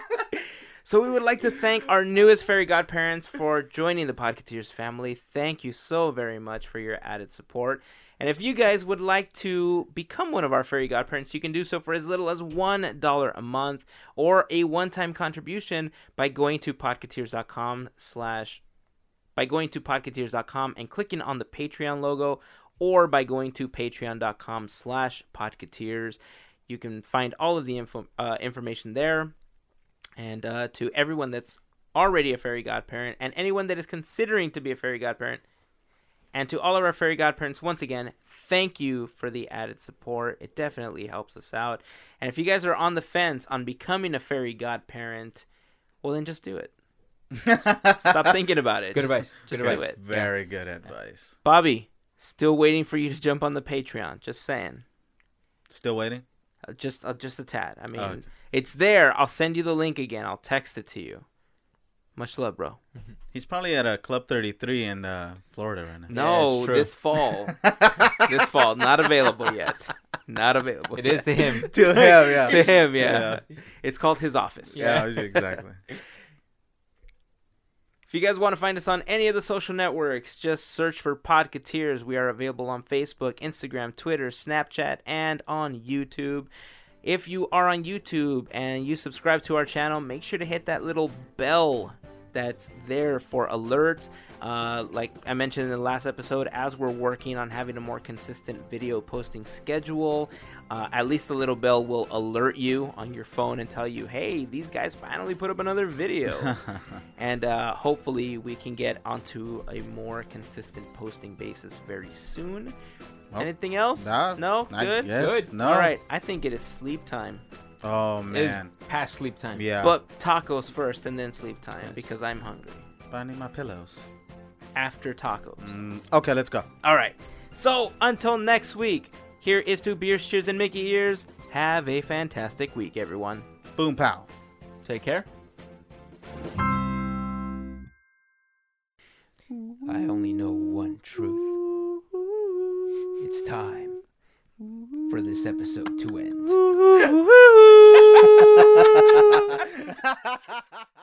Speaker 1: So we would like to thank our newest fairy godparents for joining the Podcateers family. Thank you so very much for your added support. And if you guys would like to become one of our fairy godparents, you can do so for as little as $1 a month or a one-time contribution by going to podcateers.com slash by going to podcateers.com and clicking on the Patreon logo or by going to patreon.com slash podcateers. You can find all of the info, uh, information there. And uh, to everyone that's already a fairy godparent and anyone that is considering to be a fairy godparent, and to all of our fairy godparents, once again, thank you for the added support. It definitely helps us out. And if you guys are on the fence on becoming a fairy godparent, well, then just do it.
Speaker 2: [laughs]
Speaker 1: Stop thinking about it.
Speaker 2: Good
Speaker 1: Just-
Speaker 2: advice. Good
Speaker 1: just do
Speaker 2: advice.
Speaker 1: it.
Speaker 3: Very good advice.
Speaker 1: Bobby, still waiting for you to jump on the Patreon. Just saying.
Speaker 3: Still waiting?
Speaker 1: Uh, Just uh, just a tad. I mean,
Speaker 3: Okay.
Speaker 1: it's there. I'll send you the link again. I'll text it to you. Much love, bro.
Speaker 3: He's probably at a Club 33 in uh, Florida right now.
Speaker 1: No,
Speaker 2: it's true.
Speaker 1: this
Speaker 2: [laughs]
Speaker 1: fall. this fall. Not available yet. Not available.
Speaker 2: It is to him.
Speaker 3: [laughs] To him, yeah.
Speaker 1: [laughs] to him, yeah. It's called his office.
Speaker 3: Yeah, [laughs] exactly.
Speaker 1: If you guys want to find us on any of the social networks, just search for Podcateers. We are available on Facebook, Instagram, Twitter, Snapchat, and on YouTube. If you are on YouTube and you subscribe to our channel, make sure to hit that little bell that's there for alerts. Uh, like I mentioned in the last episode, as we're working on having a more consistent video posting schedule, uh, at least the little bell will alert you on your phone and tell you, hey, these guys finally put up another
Speaker 3: [laughs]
Speaker 1: video. and uh, hopefully we can get onto a more consistent posting basis very soon.
Speaker 3: Well,
Speaker 1: Anything else?
Speaker 3: Nah,
Speaker 1: no,
Speaker 3: I
Speaker 1: good.
Speaker 3: guess
Speaker 2: Good.
Speaker 3: No.
Speaker 1: All right, I think it is sleep time.
Speaker 3: Oh
Speaker 2: It is
Speaker 3: [laughs] man.
Speaker 2: past sleep time.
Speaker 3: Yeah.
Speaker 1: But tacos first and then sleep time because I'm hungry
Speaker 3: I need my pillows.
Speaker 1: after tacos.
Speaker 3: Mm, okay, let's go.
Speaker 1: All right. So until next week, here is to beers, cheers, and Mickey ears. Have a fantastic week, everyone.
Speaker 3: Boom pow.
Speaker 2: Take care. I only know one truth. It's time for this episode to end.